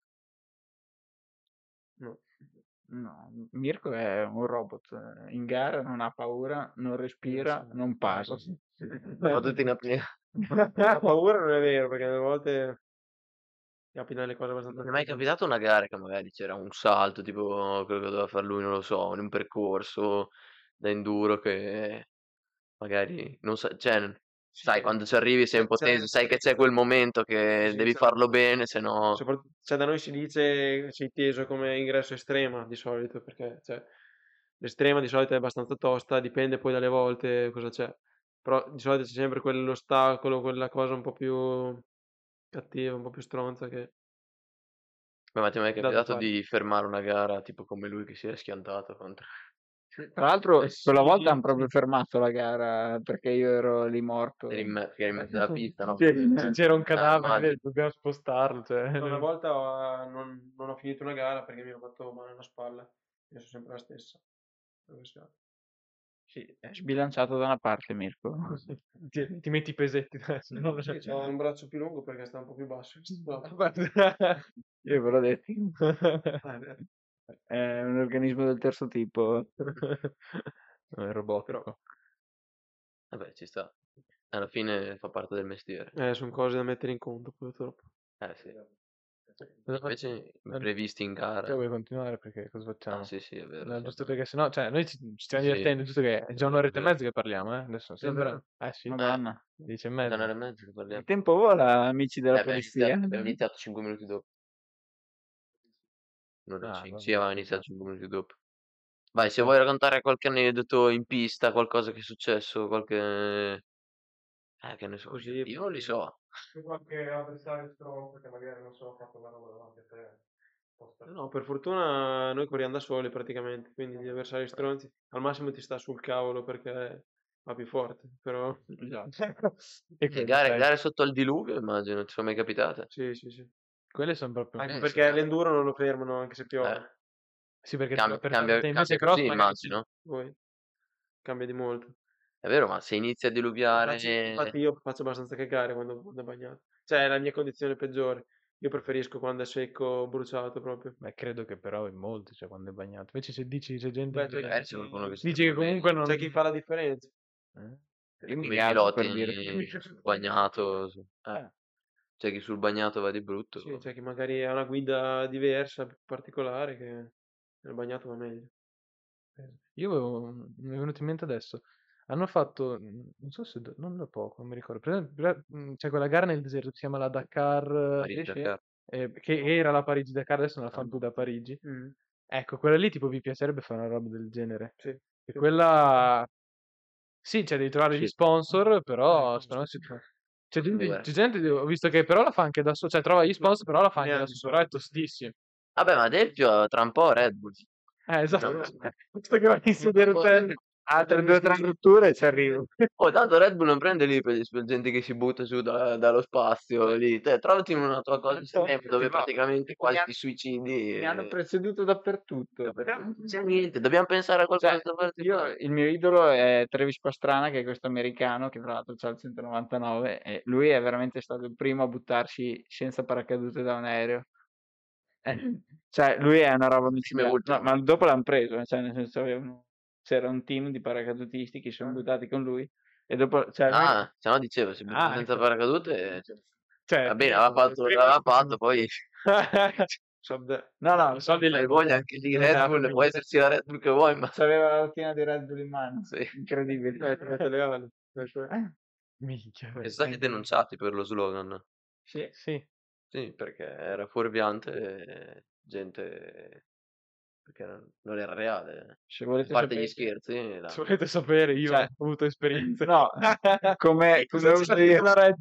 D: no.
B: no, Mirko è un robot. eh, In gara non ha paura, non respira, non parla.
A: Sono tutti in apnea.
D: La paura non è vero, perché a volte capitano le cose abbastanza...
A: Non è mai capitato una gara che magari c'era un salto, tipo quello che doveva fare lui, non lo so, in un percorso da enduro che magari non sa, cioè, n- sai, quando ci arrivi sei un po'
D: C'è-
A: teso, sai che c'è quel momento che
D: Sì,
A: devi
D: c'è-
A: farlo bene, se no
D: Soprat- cioè, da noi si dice sei teso come ingresso estrema di solito, perché cioè, l'estrema di solito è abbastanza tosta, dipende poi dalle volte cosa c'è. Però di solito c'è sempre quell'ostacolo, quella cosa un po' più cattiva, un po' più stronza che...
A: Ma ti è mai
D: da
A: capitato
D: fare.
A: di fermare una gara tipo come lui che si è schiantato contro...
B: Tra l'altro,
A: Eh sì.
B: quella volta hanno proprio fermato la gara perché io ero lì morto.
A: eri in me- perché eri in mezzo alla pista, no?
C: Sì, C'era un
A: Ah,
C: cadavere,
A: immagino.
C: dobbiamo spostarlo. Cioè.
A: Eh.
D: Una volta ho- non, non ho finito una gara perché mi ero fatto male alla spalla, io sono sempre la stessa. Dove sia.
B: Sì, è sbilanciato da una parte, Mirko.
C: Ti, ti metti i pesetti. no?
D: Sì,
A: certo.
D: c'ho un braccio più lungo perché sta un po' più basso.
A: Eh,
B: Io ve l'ho detto.
D: Eh,
B: È un organismo del terzo tipo.
C: è robotico.
A: Vabbè, Eh ci sta. Alla fine fa parte del mestiere.
D: Eh, sono cose da mettere in conto purtroppo.
A: Eh sì. Invece
C: Ma-
A: previsti in gara.
C: Esatto. Cioè, vuoi continuare perché cosa
A: Ah,
C: facciamo?
A: sì, sì, è vero. certo.
C: No,
A: sì.
C: giusto perché sennò, cioè, noi ci, ci stiamo
A: Sì.
C: divertendo, giusto che è già un'oretta e
A: Vero.
C: mezza che parliamo, eh? Adesso sembra...
A: vero?
C: Eh sì,
A: Ah,
B: Madonna.
C: dieci e
A: Da un'ora
C: mezza.
A: e mezza che parliamo.
B: Il tempo vola, amici
A: Eh,
B: della
A: abbiamo,
B: polizia.
A: iniziato,
C: eh?
A: abbiamo iniziato 5 minuti dopo. Non è
C: Ah,
A: 5,
C: vabbè.
A: sì, avevamo iniziato 5 minuti dopo. Vai, se vuoi raccontare qualche aneddoto in pista, qualcosa che è successo, qualche... Eh, che ne so,
D: Così,
A: io non li so.
D: Su qualche avversario stronzo che magari non sono fatto la roba davanti a te. No, per fortuna noi corriamo da soli praticamente, quindi gli avversari stronzi al massimo ti sta sul cavolo perché va più forte, però...
A: Esatto.
C: E cioè,
A: Eh,
C: quelle,
A: gare,
C: sai,
A: gare sotto al diluvio, immagino, ci sono mai capitate.
D: Sì, sì, sì.
C: quelle sono proprio...
D: Anche
A: Eh, sì,
D: perché
A: dai.
D: l'enduro non lo fermano anche se piove.
A: Eh,
C: Sì, perché
A: cambia,
C: per
A: cambia,
C: tante invece
A: cambia
C: cross
A: così,
C: magari sì.
A: immagino.
D: Poi cambia di molto.
A: È vero, ma se inizia a diluviare...
D: Infatti, infatti io faccio abbastanza cagare quando vado bagnato. Cioè, è la mia condizione peggiore. Io preferisco quando è secco, bruciato proprio.
C: Beh, credo che però in molti, cioè, quando è bagnato. Invece se dici, c'è gente
D: Beh,
C: che...
D: cioè,
A: eh, c'è qualcuno che si
C: dice che comunque non...
D: C'è chi fa la differenza.
C: Eh?
A: Come
B: mi
A: i
B: gavo, per
A: piloti
B: dire.
A: sul bagnato, su- eh.
B: Eh.
A: C'è chi sul bagnato va di brutto.
D: Sì, c'è chi magari ha una guida diversa, particolare, che nel bagnato va meglio.
C: Io avevo- mi è venuto in mente adesso. Hanno fatto, mm, non so se da- non da poco, non mi ricordo. per esempio, per- mm, C'è quella gara nel deserto che si chiama la Dakar,
A: Parigi,
C: esce,
A: Dakar.
C: eh, che era la Parigi Dakar, adesso non la fanno più da Parigi. Ecco, quella lì tipo vi piacerebbe fare una roba del genere.
D: Sì.
C: E quella sì, cioè devi trovare gli
A: Sì.
C: sponsor, però
D: Eh,
C: secondo me si può. C'è gente,
A: Vabbè.
C: c'è gente- ho visto che però la fa anche da solo, cioè trova gli sponsor, però la fa anche da
D: Neanche.
C: solo, però è tostissimo.
A: Vabbè, ma Delpio tra un po' Red Bull.
C: Eh, esatto.
A: No.
C: Visto che vai a sedere te.
B: Altre due o tre rotture e ci arrivo.
A: Oh, tanto Red Bull non prende lì per, per gente che si butta giù da- dallo spazio, lì. Te, trovati in una tua cosa di
B: Tanto-
A: stand dove
B: no,
A: praticamente quasi
B: hanno-
A: ti suicidi. eh.
B: Mi
A: e-
B: hanno preceduto dappertutto.
A: Però non c'è niente, dobbiamo pensare a qualcosa
B: Cioè,
A: da parte
B: Io, il mio idolo è Travis Pastrana, che è questo americano che tra l'altro ha il 199 e lui è veramente stato il primo a buttarsi senza paracadute da un aereo. Eh, cioè, lui è una roba micidiale.
A: ultimo.
B: No, ma dopo l'hanno preso, eh, cioè, nel senso, avevano- c'era un team di paracadutisti che si sono buttati con lui e dopo... Cioè, lui-
A: Mm. Ah, se no dicevo, se butta
C: Ah,
A: senza
C: ecco.
A: paracadute...
B: eh,
C: Cioè,
A: Va bene, aveva fatto, l'aveva fatto, poi...
D: Vabbè,
B: No, no,
C: soldi
A: Hai voglia anche di Red Bull, può esserci la Red Bull che vuoi, ma...
B: aveva la rotina di Red Bull in mano.
A: Sì.
B: Incredibile.
C: Eh,
D: è tornato legale. Cioè,
B: Eh,
C: Minchia,
A: E stati denunciati per lo slogan.
B: sì.
C: Sì.
A: Sì, perché era fuorviante e gente... Perché non- non era reale.
B: Se
A: A
C: Cioè,
B: volete
A: parte
B: sapere-
A: gli scherzi, la-
C: Se volete sapere, io
B: Cioè,
C: ho avuto esperienza.
B: No, come, come
C: Cosa
B: la
C: c'è
B: uso
C: di
B: io,
C: una Red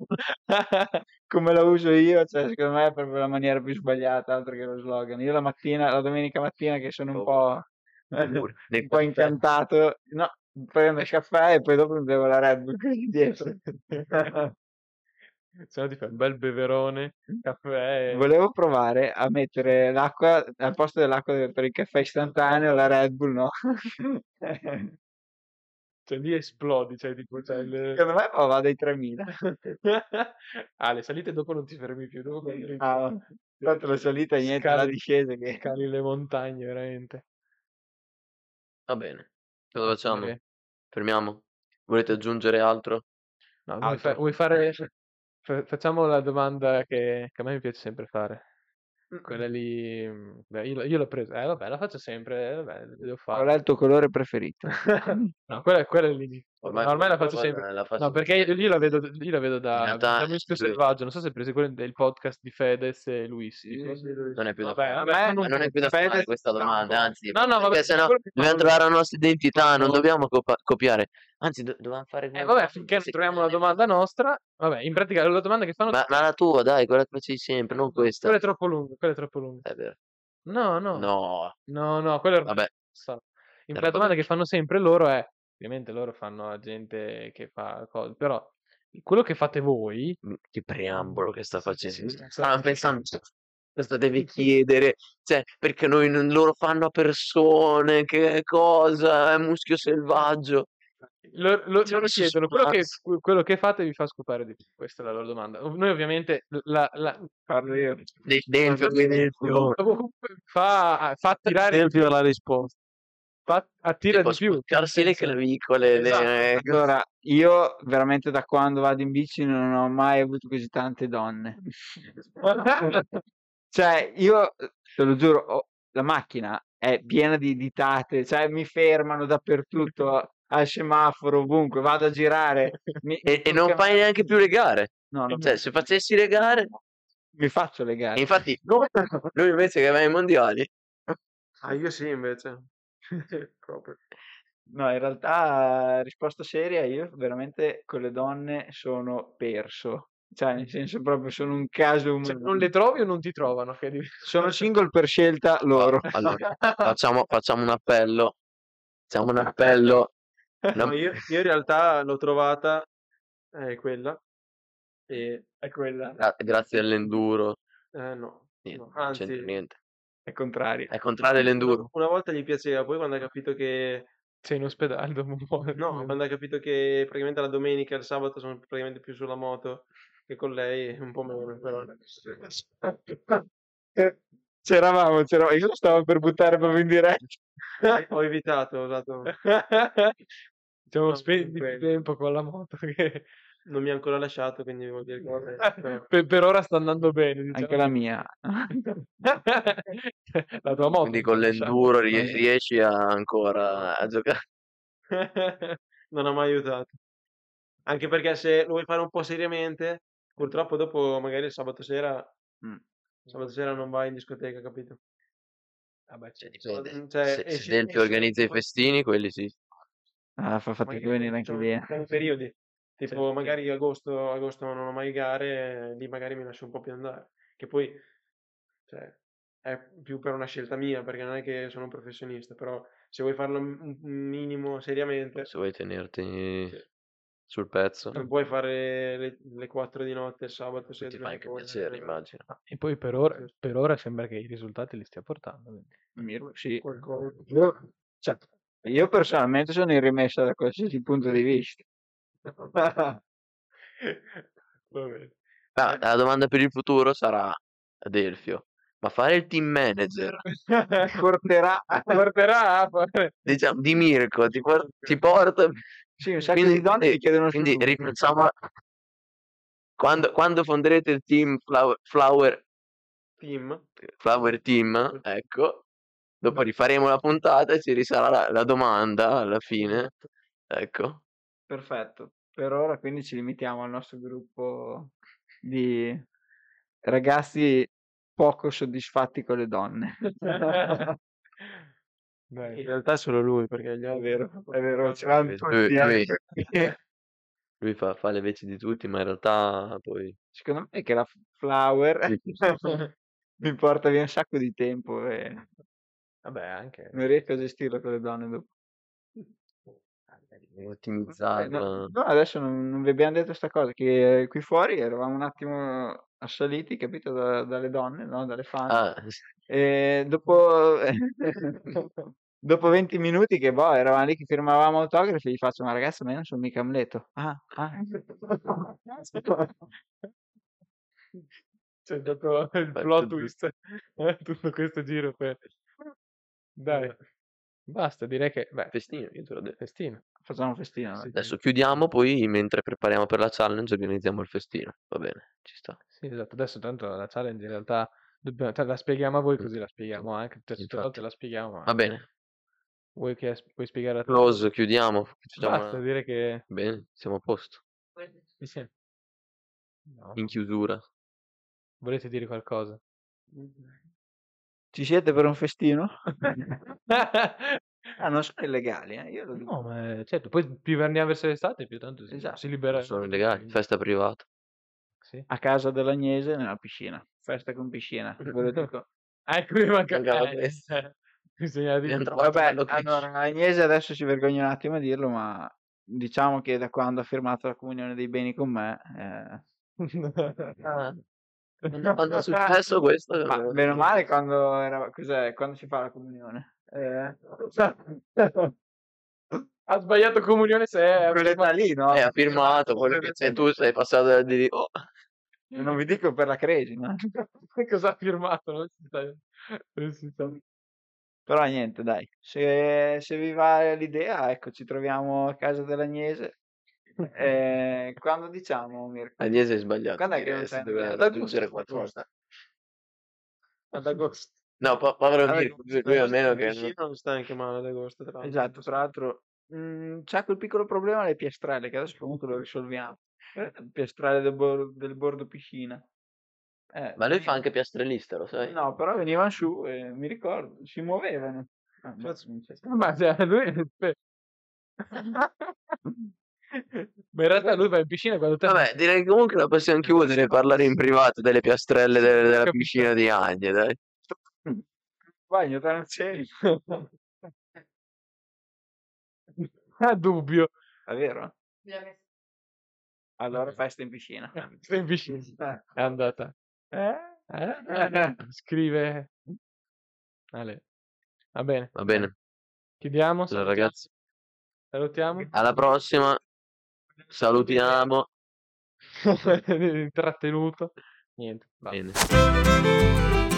B: come la uso io, cioè secondo me è proprio la maniera più sbagliata, altro che lo slogan. Io la mattina, la domenica mattina che sono
C: Oh.
B: un po',
A: Pure, nel
B: un po'
A: caffè.
B: incantato, no, prendo il caffè e poi dopo mi bevo la Red Bull così dietro.
C: Se no ti fai un bel beverone, un caffè. e-
B: Volevo provare a mettere l'acqua al posto dell'acqua del- per il caffè istantaneo, la Red Bull, no? Eh,
C: Cioè, lì esplodi. Cioè, tipo, cioè, il-
B: Secondo me poi va dai 3000.
C: ah, le salite dopo non ti fermi più. Dopo quando entri-
B: Ah, tanto la salita e niente, la
C: Scali-
B: discesa che...
C: Cali le montagne, veramente.
A: Va bene. Cosa facciamo?
C: Ok.
A: Fermiamo? Volete aggiungere altro?
C: No, vuoi,
B: Altro.
C: fa- vuoi fare. fa- Facciamo la domanda che, che a me mi piace sempre fare. Quella lì. mm, beh, io, io l'ho presa. Eh, vabbè, la faccio sempre. eh, vabbè, devo
B: Qual
C: fare.
B: è il tuo colore preferito?
C: No, quella, quella lì. no, ormai la faccio
A: ormai
C: sempre.
A: la faccio-
C: No, perché io, io la vedo, io la vedo da,
A: realtà
C: da Muschio
A: lui-
C: Selvaggio. Non so se presi quello del podcast di Fedez e Luis. tipo.
A: Non è più da
C: Vabbè,
A: fare.
C: vabbè,
A: Ma non è più da
B: Fede-
A: fare questa domanda, anzi,
C: No, no, vabbè,
A: perché sennò
C: quello che
A: dobbiamo
C: fanno-
A: trovare la nostra identità, non
C: No.
A: dobbiamo copa- copiare. Anzi, do- dobbiamo fare
C: Eh,
A: come-
C: vabbè, finché non
A: sì,
C: troviamo una
A: eh,
C: domanda nostra. Vabbè, in pratica la domanda che fanno.
A: Ma, ma la tua, dai, quella che facevi sempre, non questa.
C: Quella è troppo lunga, quella è troppo lunga.
A: È vero.
C: No, no.
A: No,
C: No, no, quello ormai
A: vabbè.
C: sa. In-
A: Era
C: La domanda
A: proprio-
C: che fanno sempre loro è, ovviamente loro fanno a gente che fa cose, però quello che fate voi,
A: Mm, Che preambolo che sta
C: sì,
A: facendo. Ah,
C: sì.
B: Ah,
A: Stavano pensando, cosa devi chiedere? Cioè, perché noi non loro fanno a persone, che cosa? È muschio selvaggio.
C: lo- lo-
A: Sì,
C: loro
A: sì,
C: chiedono quello che,
A: sì.
C: que- quello che fate vi fa scopare di più. Questa è la loro domanda. Ov- Noi ovviamente la, la-
B: Parlo io.
A: Del- Delfio, che Delfio.
C: comunque
A: Ah,
C: fa, fa attirare di più,
D: la risposta.
C: fa- attira
A: Tipo,
C: di più. cioè,
A: spaccarsi le
C: Nel senso- Esatto.
A: clavicole, le-
B: eh,
A: eh,
B: Allora, io veramente da quando vado in bici non ho mai avuto così tante donne. Cioè, io te lo giuro, ho- la macchina è piena di ditate, cioè mi fermano dappertutto, al semaforo, ovunque, vado a girare. mi-
A: E, e non fai neanche più le gare.
B: No, non-
A: Cioè, se facessi le gare,
B: mi faccio le gare.
A: infatti, lui invece che va ai mondiali,
D: Ah, io sì, invece. Proprio.
B: No, in realtà, risposta seria, io veramente con le donne sono perso. Cioè, nel senso proprio sono un caso
C: Cioè,
B: umano.
C: non le trovi o non ti trovano? Che è diverso.
B: Sono single per scelta loro.
A: allora, facciamo, facciamo un appello. Facciamo un appello.
D: No,
A: No.
D: io, io in realtà l'ho trovata, è quella. E
B: È quella.
A: Gra- Ah, grazie all'enduro.
D: eh, no,
A: Niente,
D: no,
A: non c'entra
D: anzi, eh,
A: niente.
B: È contrario.
A: È contrario all'enduro.
D: una volta gli piaceva, poi quando ha capito che
C: Sei in ospedale dopo un po'. eh.
D: No, quando ha capito che praticamente la domenica e il sabato sono praticamente più sulla moto che con lei, un po' meno, però.
B: C'eravamo, c'eravamo. Io lo stavo per buttare proprio in diretta.
D: Ho evitato, ho usato,
C: Diciamo,
D: No,
C: spendi più
D: quello.
C: tempo con la moto che
D: non mi ha ancora lasciato, quindi vuol dire che... però-
C: per, per ora sta andando bene. Diciamo.
B: Anche la mia. Ah,
C: La tua moto.
A: Quindi con l'enduro rie- riesci a- ancora a giocare.
D: non ha mai aiutato. Anche perché se lo vuoi fare un po' seriamente, purtroppo dopo magari il sabato sera,
B: Mm.
D: sabato sera non vai in discoteca, capito?
A: Cioè, dipende.
D: Cioè,
A: se, se
D: esci-
A: te ti
D: esci-
A: organizza i festini, quelli sì.
B: Ah, fa fatica a venire anche
D: sono-
B: lì. eh.
D: sono periodi.
A: Certo,
D: Tipo, magari agosto, agosto non ho mai gare, eh, lì magari mi lascio un po' più andare. Che poi cioè, è più per una scelta mia, perché non è che sono un professionista, però se vuoi farlo un un minimo seriamente,
A: Se vuoi tenerti sul pezzo,
D: non puoi fare le, le 4 di notte il sabato sera.
A: Cioè, ti fa anche piacere, immagino.
C: E poi per ora, per ora sembra che i risultati li stia portando. quindi.
B: Mirko, sì.
D: Qualcosa.
B: Io, cioè,
D: certo.
B: io personalmente sono in rimessa da qualsiasi punto di vista.
D: Va bene. Eh.
A: Ah, la domanda per il futuro sarà, Delfio, ma fare il team manager
B: Porterà
C: Porterà a fare-
A: diciamo, di Mirko ti, por- ti porta...
B: sì, un sacco
A: Quindi-
B: di donne
A: sì,
B: ti chiedono
A: Quindi
B: scusa.
A: rifacciamo... Quando, quando fonderete il team Flower, Flower,
D: Team.
A: Flower Team, ecco, dopo rifaremo la puntata e ci risarà la, la domanda alla fine, ecco.
B: Perfetto. Per ora quindi ci limitiamo al nostro gruppo di ragazzi poco soddisfatti con le donne.
D: In realtà è solo lui, perché gli
B: È
D: altri...
B: vero, è vero, ce l'hanno
A: Lui,
B: tutti.
A: lui-
B: eh.
A: lui fa, fa le veci di tutti, ma in realtà poi...
B: Secondo me è che la flower
A: Sì,
B: mi porta via un sacco di tempo e
C: Vabbè, anche.
B: non riesco a gestirla con le donne dopo. Eh,
A: ottimizzarla.
B: no, no, adesso non, non vi abbiamo detto sta cosa, che eh, qui fuori eravamo un attimo assaliti, capito, da- dalle donne, no? dalle fan.
A: Ah,
B: E dopo, dopo 20 minuti che boh, eravamo lì che firmavamo autografi, gli faccio, ma ragazzi, ma io non sono mica Amleto. Ah, ah.
C: C'è proprio il
A: Beh,
C: plot
A: tutto-
C: twist. eh, Tutto questo giro per. Dai. Basta, direi che. Beh,
A: festino, io te l'ho detto.
C: festino.
B: Facciamo un festino. dai.
C: Sì,
A: Adesso chiudiamo, poi mentre prepariamo per la challenge organizziamo il festino. Va bene, ci sta.
C: Sì, esatto. Adesso tanto la challenge in realtà dobbiamo- cioè, la spieghiamo a voi così la spieghiamo anche. Cioè, Tutte le
A: Infatti.
C: volte la spieghiamo. ma
A: Va bene,
C: Vuoi, che, vuoi spiegare a tutti?
A: close, chiudiamo. facciamo eh.
C: Basta,
A: una-
C: direi che.
A: Bene, siamo a posto.
C: No.
A: In chiusura.
C: Volete dire qualcosa?
B: Ci siete per un festino? Ah,
C: no,
B: non sono illegali, eh, io lo dico.
C: ma eh, certo, poi più verniamo verso l'estate, più tanto si,
B: Esatto,
C: si libera.
A: Sono legali, festa privata.
C: Sì.
B: A casa dell'Agnese nella piscina. Festa con piscina. ve lo dico.
C: Ah, ecco, mi
A: Mancava
C: mancava
A: questo.
C: Bisogna dire.
A: Abbiamo trovato
B: Vabbè,
A: quello che-
B: allora, Agnese adesso si vergogna un attimo a dirlo, ma diciamo che da quando ha firmato la comunione dei beni con me... eh, Cioè,
A: Ah, Quando è successo questo? eh,
B: Ma meno male quando, era, cos'è, quando si fa la comunione. Eh,
C: ha sbagliato comunione se è
B: quell'età lì, no?
A: Eh, ha firmato quello che c'è tu, sei passato da dire oh,
B: Non vi dico per la crisi, ma...
C: cosa ha firmato. Non si sa. Non si sa.
B: Però niente, dai. Se, se vi va l'idea, ecco, ci troviamo a casa dell'Agnese. Eh, quando diciamo, Mirko?
A: Agnese è sbagliato.
B: Quando è che
A: direi,
B: non
A: si
B: sei
A: doveva
B: andato?
A: raggiungere qualcosa.
D: Ad agosto.
A: No, po- povero
B: Vabbè,
A: Mirko, lui- lui almeno che... non-
D: non sta anche male ad agosto, tra l'altro.
B: Esatto, tra l'altro mh, c'è quel piccolo problema delle piastrelle che adesso comunque lo risolviamo. Eh, Piastrelle del, bor- del bordo piscina. Eh,
A: Ma lui fa anche piastrellista, lo sai?
B: No, però venivano su, e mi ricordo, si muovevano. Ah, ma-
C: Ma cioè, lui... Ma in realtà lui va in piscina quando te...
A: Vabbè, direi che comunque la possiamo chiudere e parlare in privato delle piastrelle de- della
C: capito.
A: piscina di Agne, dai.
B: Bagno Tarantelli,
C: Ah, dubbio.
B: è vero? Allora festa in piscina.
C: Sei in piscina.
B: Eh.
C: È andata.
B: Eh?
C: Eh? Scrive... Ale. Va bene,
A: Va bene,
C: chiudiamo.
A: allora ragazzi,
C: Salutiamo.
A: alla prossima. Salutiamo.
C: Trattenuto. Niente. basta.
A: Bene.